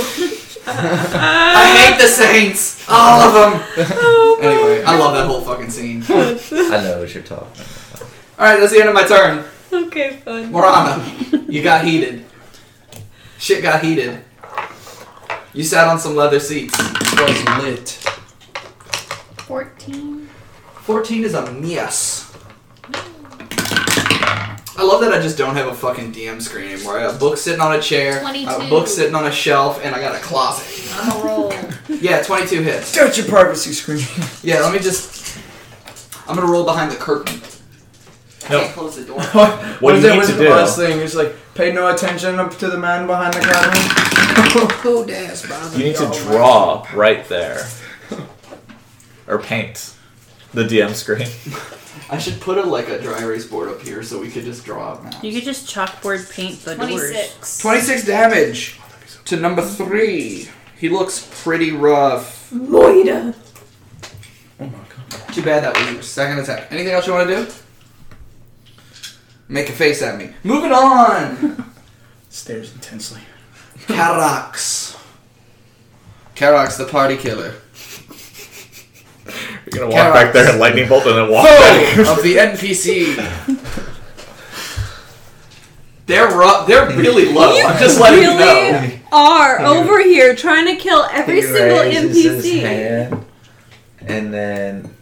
Speaker 1: I hate the Saints, all of them."
Speaker 11: Oh
Speaker 1: Anyway, I love that whole fucking scene. All
Speaker 9: I know what you're talking. about.
Speaker 1: right, that's the end of my turn.
Speaker 11: Okay, fun.
Speaker 1: Morana, you got heated. Shit got heated. You sat on some leather seats. It was lit.
Speaker 7: 14.
Speaker 1: Fourteen is a miss. I love that I just don't have a fucking DM screen anymore. I got a book sitting on a chair, I got a
Speaker 7: 22.
Speaker 1: book sitting on a shelf, and I got a closet.
Speaker 7: I'm a roll.
Speaker 1: Yeah, 22 hits.
Speaker 3: Got your privacy screen.
Speaker 1: Yeah, let me just. I'm gonna roll behind the curtain. I
Speaker 2: Nope.
Speaker 1: can't close the door.
Speaker 3: what
Speaker 2: What
Speaker 3: if
Speaker 2: do you
Speaker 3: that
Speaker 2: need
Speaker 3: was
Speaker 2: to
Speaker 3: the
Speaker 2: do?
Speaker 3: last thing? It's like pay no attention up to the man behind the curtain. Who dares bother
Speaker 2: You need to
Speaker 3: y'all?
Speaker 2: draw right there. Or paint the DM screen.
Speaker 1: I should put a like a dry erase board up here so we could just draw it now.
Speaker 5: You could just chalkboard paint the doors.
Speaker 7: 26.
Speaker 1: 26 damage to number three. He looks pretty rough.
Speaker 11: Moida.
Speaker 1: Too bad that was your second attack. Anything else you want to do? Make a face at me. Moving on.
Speaker 3: Stares intensely.
Speaker 1: Karax. Karax, the party killer.
Speaker 2: You're gonna walk back there and lightning bolt and then walk back.
Speaker 1: of the NPC. They're ru- they're really low. I'm just letting you know.
Speaker 11: really are over here trying to kill every
Speaker 9: He
Speaker 11: single
Speaker 9: raises his
Speaker 11: NPC.
Speaker 9: hand, and then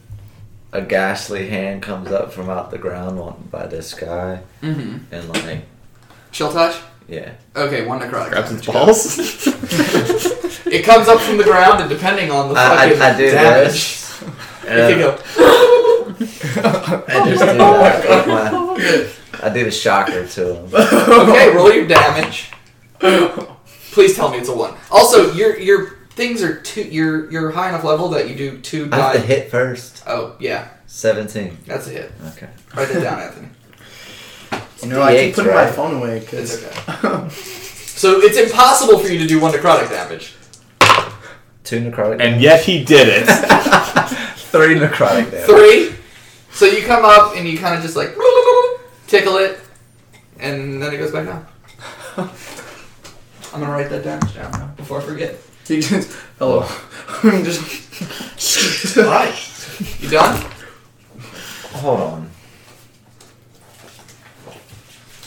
Speaker 9: a ghastly hand comes up from out the ground on- by this guy,
Speaker 1: Mm-hmm.
Speaker 9: and like
Speaker 1: Chill touch.
Speaker 9: yeah,
Speaker 1: Okay, one necrotic.
Speaker 2: Grabs his balls.
Speaker 1: It comes up from the ground, and depending on the
Speaker 9: I- I-
Speaker 1: fucking
Speaker 9: I do
Speaker 1: damage,
Speaker 9: this. and
Speaker 1: it could go.
Speaker 9: I just do that. with my- I did a shocker to him.
Speaker 1: Okay, roll your damage. Please tell me it's a one. Also, your your things are two. You're you're high enough level that you do two
Speaker 9: I have to
Speaker 1: die.
Speaker 9: hit first.
Speaker 1: Oh yeah,
Speaker 9: Seventeen.
Speaker 1: that's a hit.
Speaker 9: Okay.
Speaker 1: Write that down, Anthony.
Speaker 3: You know, I keep
Speaker 9: D8s,
Speaker 3: putting my
Speaker 9: right?
Speaker 3: phone away
Speaker 1: It's
Speaker 3: because
Speaker 1: okay. So it's impossible for you to do one necrotic damage.
Speaker 9: Two necrotic.
Speaker 2: and yet he did it.
Speaker 9: three necrotic damage.
Speaker 1: Three. So you come up and you kind of just like tickle it, and then it goes back down. I'm gonna write that damage down now before I forget.
Speaker 3: he just hello. I'm just.
Speaker 1: Alright. You done?
Speaker 9: Hold on.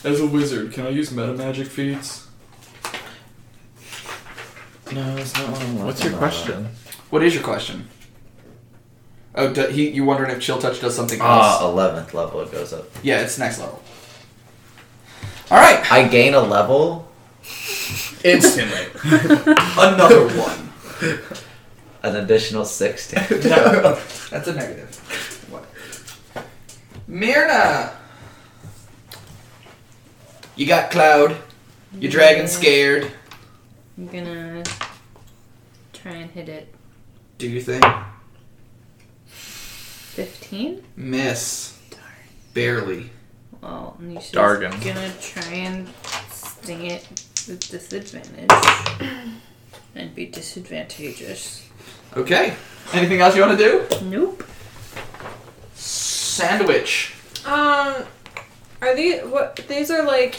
Speaker 8: As a wizard, can I use meta magic feats?
Speaker 9: No, it's not what I'm
Speaker 2: What's your question?
Speaker 1: What is your question? Oh, do, he, you wondering if Chill Touch does something
Speaker 9: Ah,
Speaker 1: else?
Speaker 9: eleventh level it goes up.
Speaker 1: yeah, it's next level. All right,
Speaker 9: I gain a level.
Speaker 3: Instantly.
Speaker 1: another one.
Speaker 9: An additional sixteen.
Speaker 1: No, that's a negative. What? Myrna, you got Cloud. Your dragon scared.
Speaker 5: I'm gonna try and hit it.
Speaker 1: Do you think?
Speaker 5: 15?
Speaker 1: Miss. Barely.
Speaker 5: Well, Nisha's
Speaker 2: Dargon.
Speaker 5: gonna try and sting it with disadvantage. And be disadvantageous.
Speaker 1: Okay. Anything else you want to do?
Speaker 5: Nope.
Speaker 1: Sandwich.
Speaker 4: Um, are these what? These are like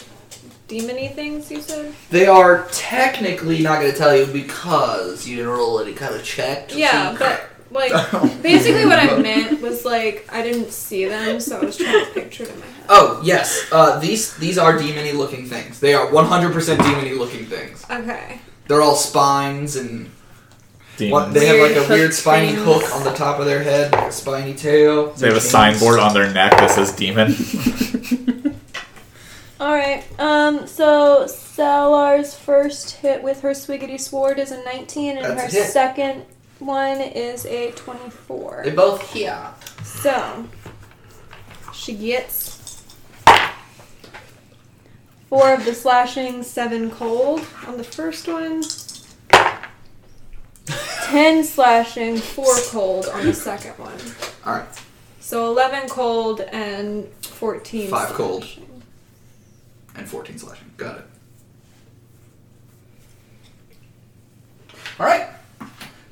Speaker 4: demony things you said.
Speaker 1: They are technically not going to tell you because you didn't roll any kind of check. to
Speaker 4: Yeah,
Speaker 1: see-
Speaker 4: but like
Speaker 3: Oh.
Speaker 4: basically what I meant was like I didn't see them, so I was trying to picture it in my head.
Speaker 1: Oh yes, uh, these these are demony looking things. They are 100% demony looking things.
Speaker 4: Okay.
Speaker 1: They're all spines and one,
Speaker 2: Demons.
Speaker 1: they
Speaker 2: They
Speaker 1: have
Speaker 5: Weird
Speaker 1: like a
Speaker 5: hook
Speaker 1: weird spiny
Speaker 5: things.
Speaker 1: hook on the top of their head, like a spiny tail.
Speaker 2: have a signboard on their neck that says demon.
Speaker 11: All right. Um. So
Speaker 4: Salar's first hit with her swiggity sword is a 19, and
Speaker 3: That's
Speaker 4: her
Speaker 3: a hit.
Speaker 4: second one is a 24.
Speaker 3: They both here.
Speaker 4: So she gets four of the slashing, seven cold on the first one. Ten slashing, four cold on the second one.
Speaker 1: All right.
Speaker 4: So eleven cold and fourteen.
Speaker 1: Five cold.
Speaker 4: slashing.
Speaker 1: And 14 slashing. Got it.
Speaker 3: All right.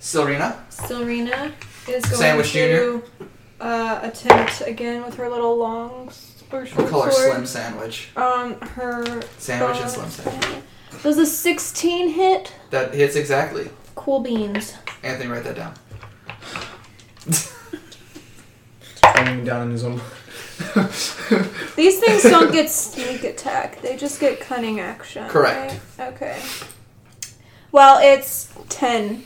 Speaker 1: Silrina.
Speaker 4: Silrina is going
Speaker 1: Sandwich
Speaker 4: to uh, attempt again with her little long s- or short
Speaker 1: We'll call her
Speaker 4: sword.
Speaker 1: Slim Sandwich.
Speaker 4: Um, her
Speaker 1: Sandwich and
Speaker 4: bow-
Speaker 1: Slim Sandwich.
Speaker 4: Does a 16 hit?
Speaker 1: That hits exactly.
Speaker 4: Cool beans.
Speaker 1: Anthony, write that down.
Speaker 3: Hanging down in his own.
Speaker 4: These things don't get sneak attack. They just get cunning action.
Speaker 1: Correct.
Speaker 4: right? Okay. Well, it's 10.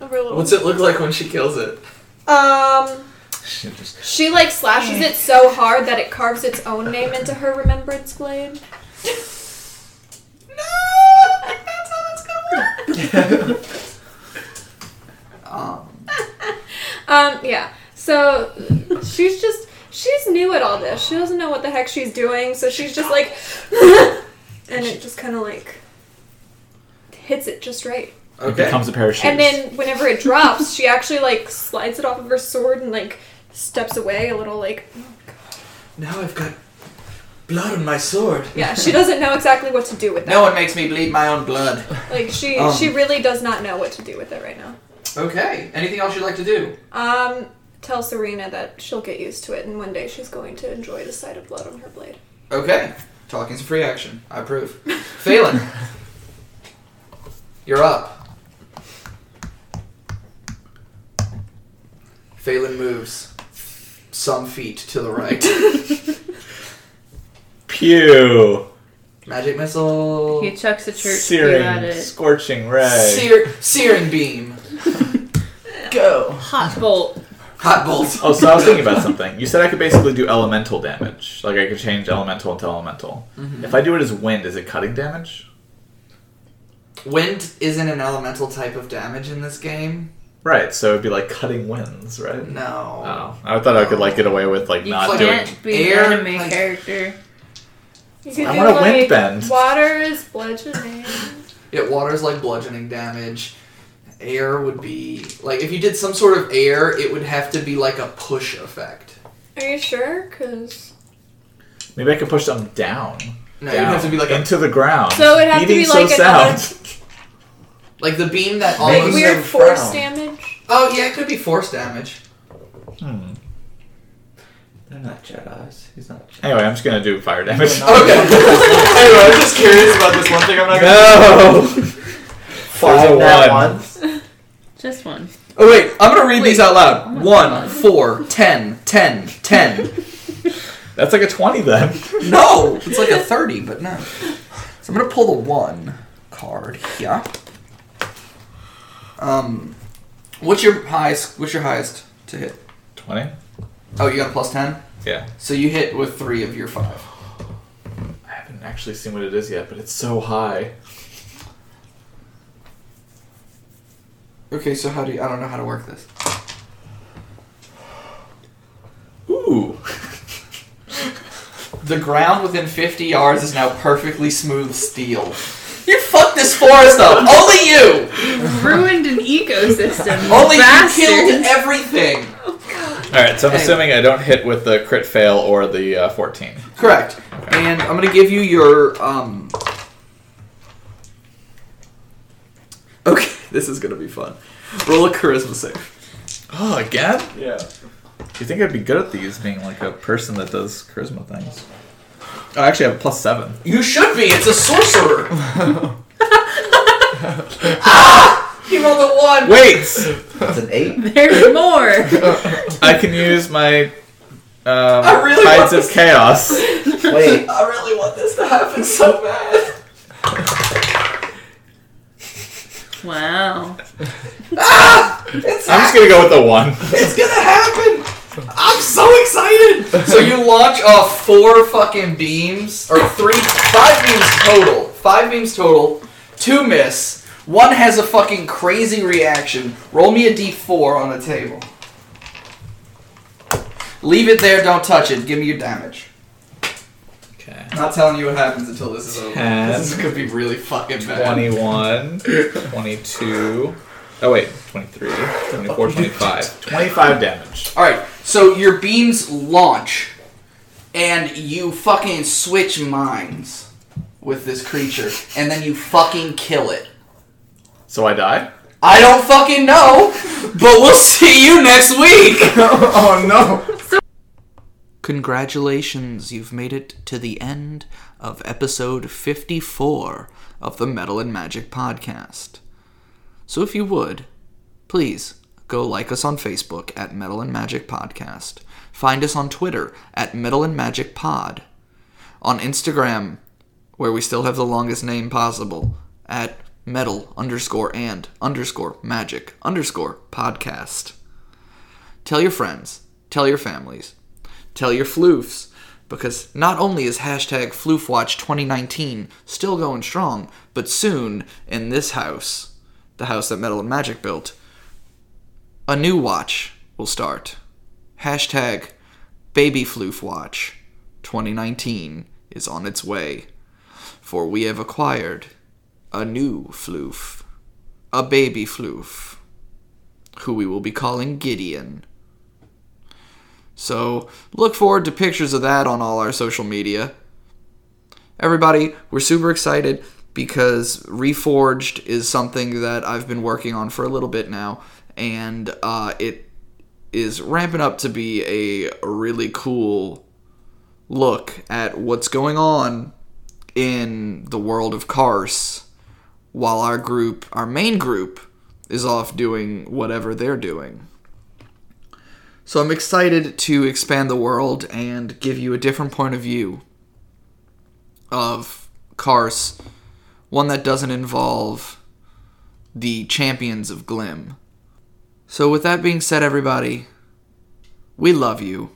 Speaker 4: Over a little-
Speaker 1: What's it look like when she kills it?
Speaker 4: Um, she like slashes it so hard that it carves its own name into her remembrance blade.
Speaker 1: Um,
Speaker 4: Um, yeah. So she's just she's new at all this. She doesn't know what the heck she's doing, so she's just like and it just kinda like hits it just right.
Speaker 2: It becomes a pair of shoes.
Speaker 4: And then whenever it drops, she actually like slides it off of her sword and like steps away a little like
Speaker 1: now I've got blood on my sword.
Speaker 4: yeah, she doesn't know exactly what to do with
Speaker 1: No
Speaker 4: that.
Speaker 1: one makes me bleed my own blood.
Speaker 4: Like she
Speaker 1: Um.
Speaker 4: she really does not know what to do with it right now.
Speaker 1: Okay. Anything else you'd like to do?
Speaker 4: Um tell Serena that she'll get used to it and one day she's going to enjoy the sight of blood on her blade.
Speaker 1: Okay. Talking's a free action. I approve. Phelan. You're up. Phelan moves some feet to the right.
Speaker 2: Pew.
Speaker 1: Magic missile.
Speaker 5: He chucks a church spear at
Speaker 2: Searing,
Speaker 5: it.
Speaker 2: scorching ray.
Speaker 1: Sear, searing beam. Go.
Speaker 5: Hot bolt.
Speaker 1: Hot bolts.
Speaker 2: Oh, so I was thinking about something. You said I could basically do elemental damage. Like I could change elemental into elemental. If I do it as wind, is it cutting damage?
Speaker 1: Wind isn't an elemental type of damage in this game.
Speaker 2: Right. So it'd be like cutting winds, right?
Speaker 1: No.
Speaker 2: Oh, I thought I could like get away with like
Speaker 5: You
Speaker 2: not doing.
Speaker 5: can't be
Speaker 1: air,
Speaker 5: an anime
Speaker 1: like-
Speaker 5: character.
Speaker 4: You could
Speaker 2: I
Speaker 4: do,
Speaker 2: want a
Speaker 4: like,
Speaker 2: wind bend.
Speaker 4: Water is bludgeoning.
Speaker 1: It waters like bludgeoning damage. Air would be like if you did some sort of air, it would have to be like a push effect.
Speaker 4: Are you sure? Cause
Speaker 2: Maybe I could push them down.
Speaker 1: No, it would have to be like a,
Speaker 2: into the ground.
Speaker 4: So it'd have to
Speaker 2: Eating
Speaker 4: be
Speaker 2: so
Speaker 4: like another-
Speaker 2: sound.
Speaker 1: like the beam that
Speaker 4: like
Speaker 1: almost.
Speaker 4: weird
Speaker 9: them
Speaker 4: force
Speaker 9: frown.
Speaker 4: damage.
Speaker 1: Oh yeah, it could be force damage.
Speaker 2: Hmm.
Speaker 9: They're not Jedi's. He's not. Jedi.
Speaker 2: Anyway, I'm just gonna do fire damage.
Speaker 1: Okay.
Speaker 2: anyway, I'm just curious about this one thing. I'm not no.
Speaker 9: Wasn't that
Speaker 2: one.
Speaker 9: one?
Speaker 5: Just one.
Speaker 1: Oh wait, I'm gonna read these out
Speaker 5: Oh
Speaker 1: loud.
Speaker 5: my
Speaker 1: One,
Speaker 5: God.
Speaker 1: four, ten, ten, ten.
Speaker 2: That's like a twenty then.
Speaker 1: No, it's like a 30, but no. So I'm gonna pull the one card here. Um, what's your highest? What's your highest to hit?
Speaker 2: Twenty.
Speaker 1: Oh, you got a plus ten.
Speaker 2: Yeah.
Speaker 1: So you hit with three of your five.
Speaker 2: I haven't actually seen what it is yet, but it's so high.
Speaker 1: Okay, so how do you? I don't know how to work this.
Speaker 2: Ooh.
Speaker 1: The ground within 50 yards is now perfectly smooth steel. You fucked this forest up. Only you.
Speaker 5: You've ruined an ecosystem. you
Speaker 1: Only you
Speaker 5: bastards.
Speaker 1: killed everything.
Speaker 2: All right, so I'm assuming I don't hit with the crit fail or the uh, 14.
Speaker 1: Correct. And I'm gonna give you your um. Okay, this is gonna be fun. Roll a charisma save.
Speaker 2: Oh, again?
Speaker 8: Yeah.
Speaker 2: You think I'd be good at these, being like a person that does charisma things? Oh, I actually have a plus seven.
Speaker 1: You should be. It's a sorcerer. ah! He rolled a one.
Speaker 2: Wait,
Speaker 9: It's an eight.
Speaker 5: There's more.
Speaker 2: I can use my
Speaker 1: I
Speaker 2: um,
Speaker 1: really want
Speaker 2: tides of
Speaker 1: this-
Speaker 2: chaos.
Speaker 9: Wait.
Speaker 1: I really want this to happen so bad.
Speaker 5: Wow.
Speaker 1: It's,
Speaker 2: I'm just gonna go with the one.
Speaker 1: it's gonna happen. I'm so uh, excited. So you launch off four fucking beams or three, five beams total. Five beams total. Two miss. One has a fucking crazy reaction. Roll me a d4 on the table. Leave it there. Don't touch it. Give me your damage.
Speaker 2: Okay.
Speaker 1: Not telling you what happens until this is over.
Speaker 2: Ten.
Speaker 1: This is gonna be really fucking bad.
Speaker 2: 21, 22. Oh, wait. 23, 24, 25. 25 damage.
Speaker 1: All right, so your beams launch, and you fucking switch minds with this creature, and then you fucking kill it.
Speaker 2: So I die?
Speaker 1: I don't fucking know, but we'll see you next week. oh no. Congratulations, you've made it to the end of episode 54 of the Metal and Magic podcast. So if you would, please go like us on Facebook at Metal and Magic Podcast. Find us on Twitter at Metal and Magic Pod. On Instagram, where we still have the longest name possible, at metal underscore and underscore magic underscore podcast. Tell your friends, tell your families, tell your floofs, because not only is hashtag floofwatch2019 still going strong, but soon in this house, the house that Metal and Magic built, a new watch will start. Hashtag Baby Floof Watch 2019 is on its way, for we have acquired a new floof, a baby floof, who we will be calling Gideon. So look forward to pictures of that on all our social media. Everybody, we're super excited because Reforged is something that I've been working on for a little bit now, and uh, it is ramping up to be a really cool look at what's going on in the world of Cars while our group, our main group, is off doing whatever they're doing. So I'm excited to expand the world and give you a different point of view of Cars, one that doesn't involve the champions of Glim. So, with that being said, everybody, we love you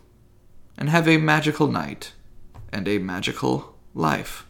Speaker 1: and have a magical night and a magical life.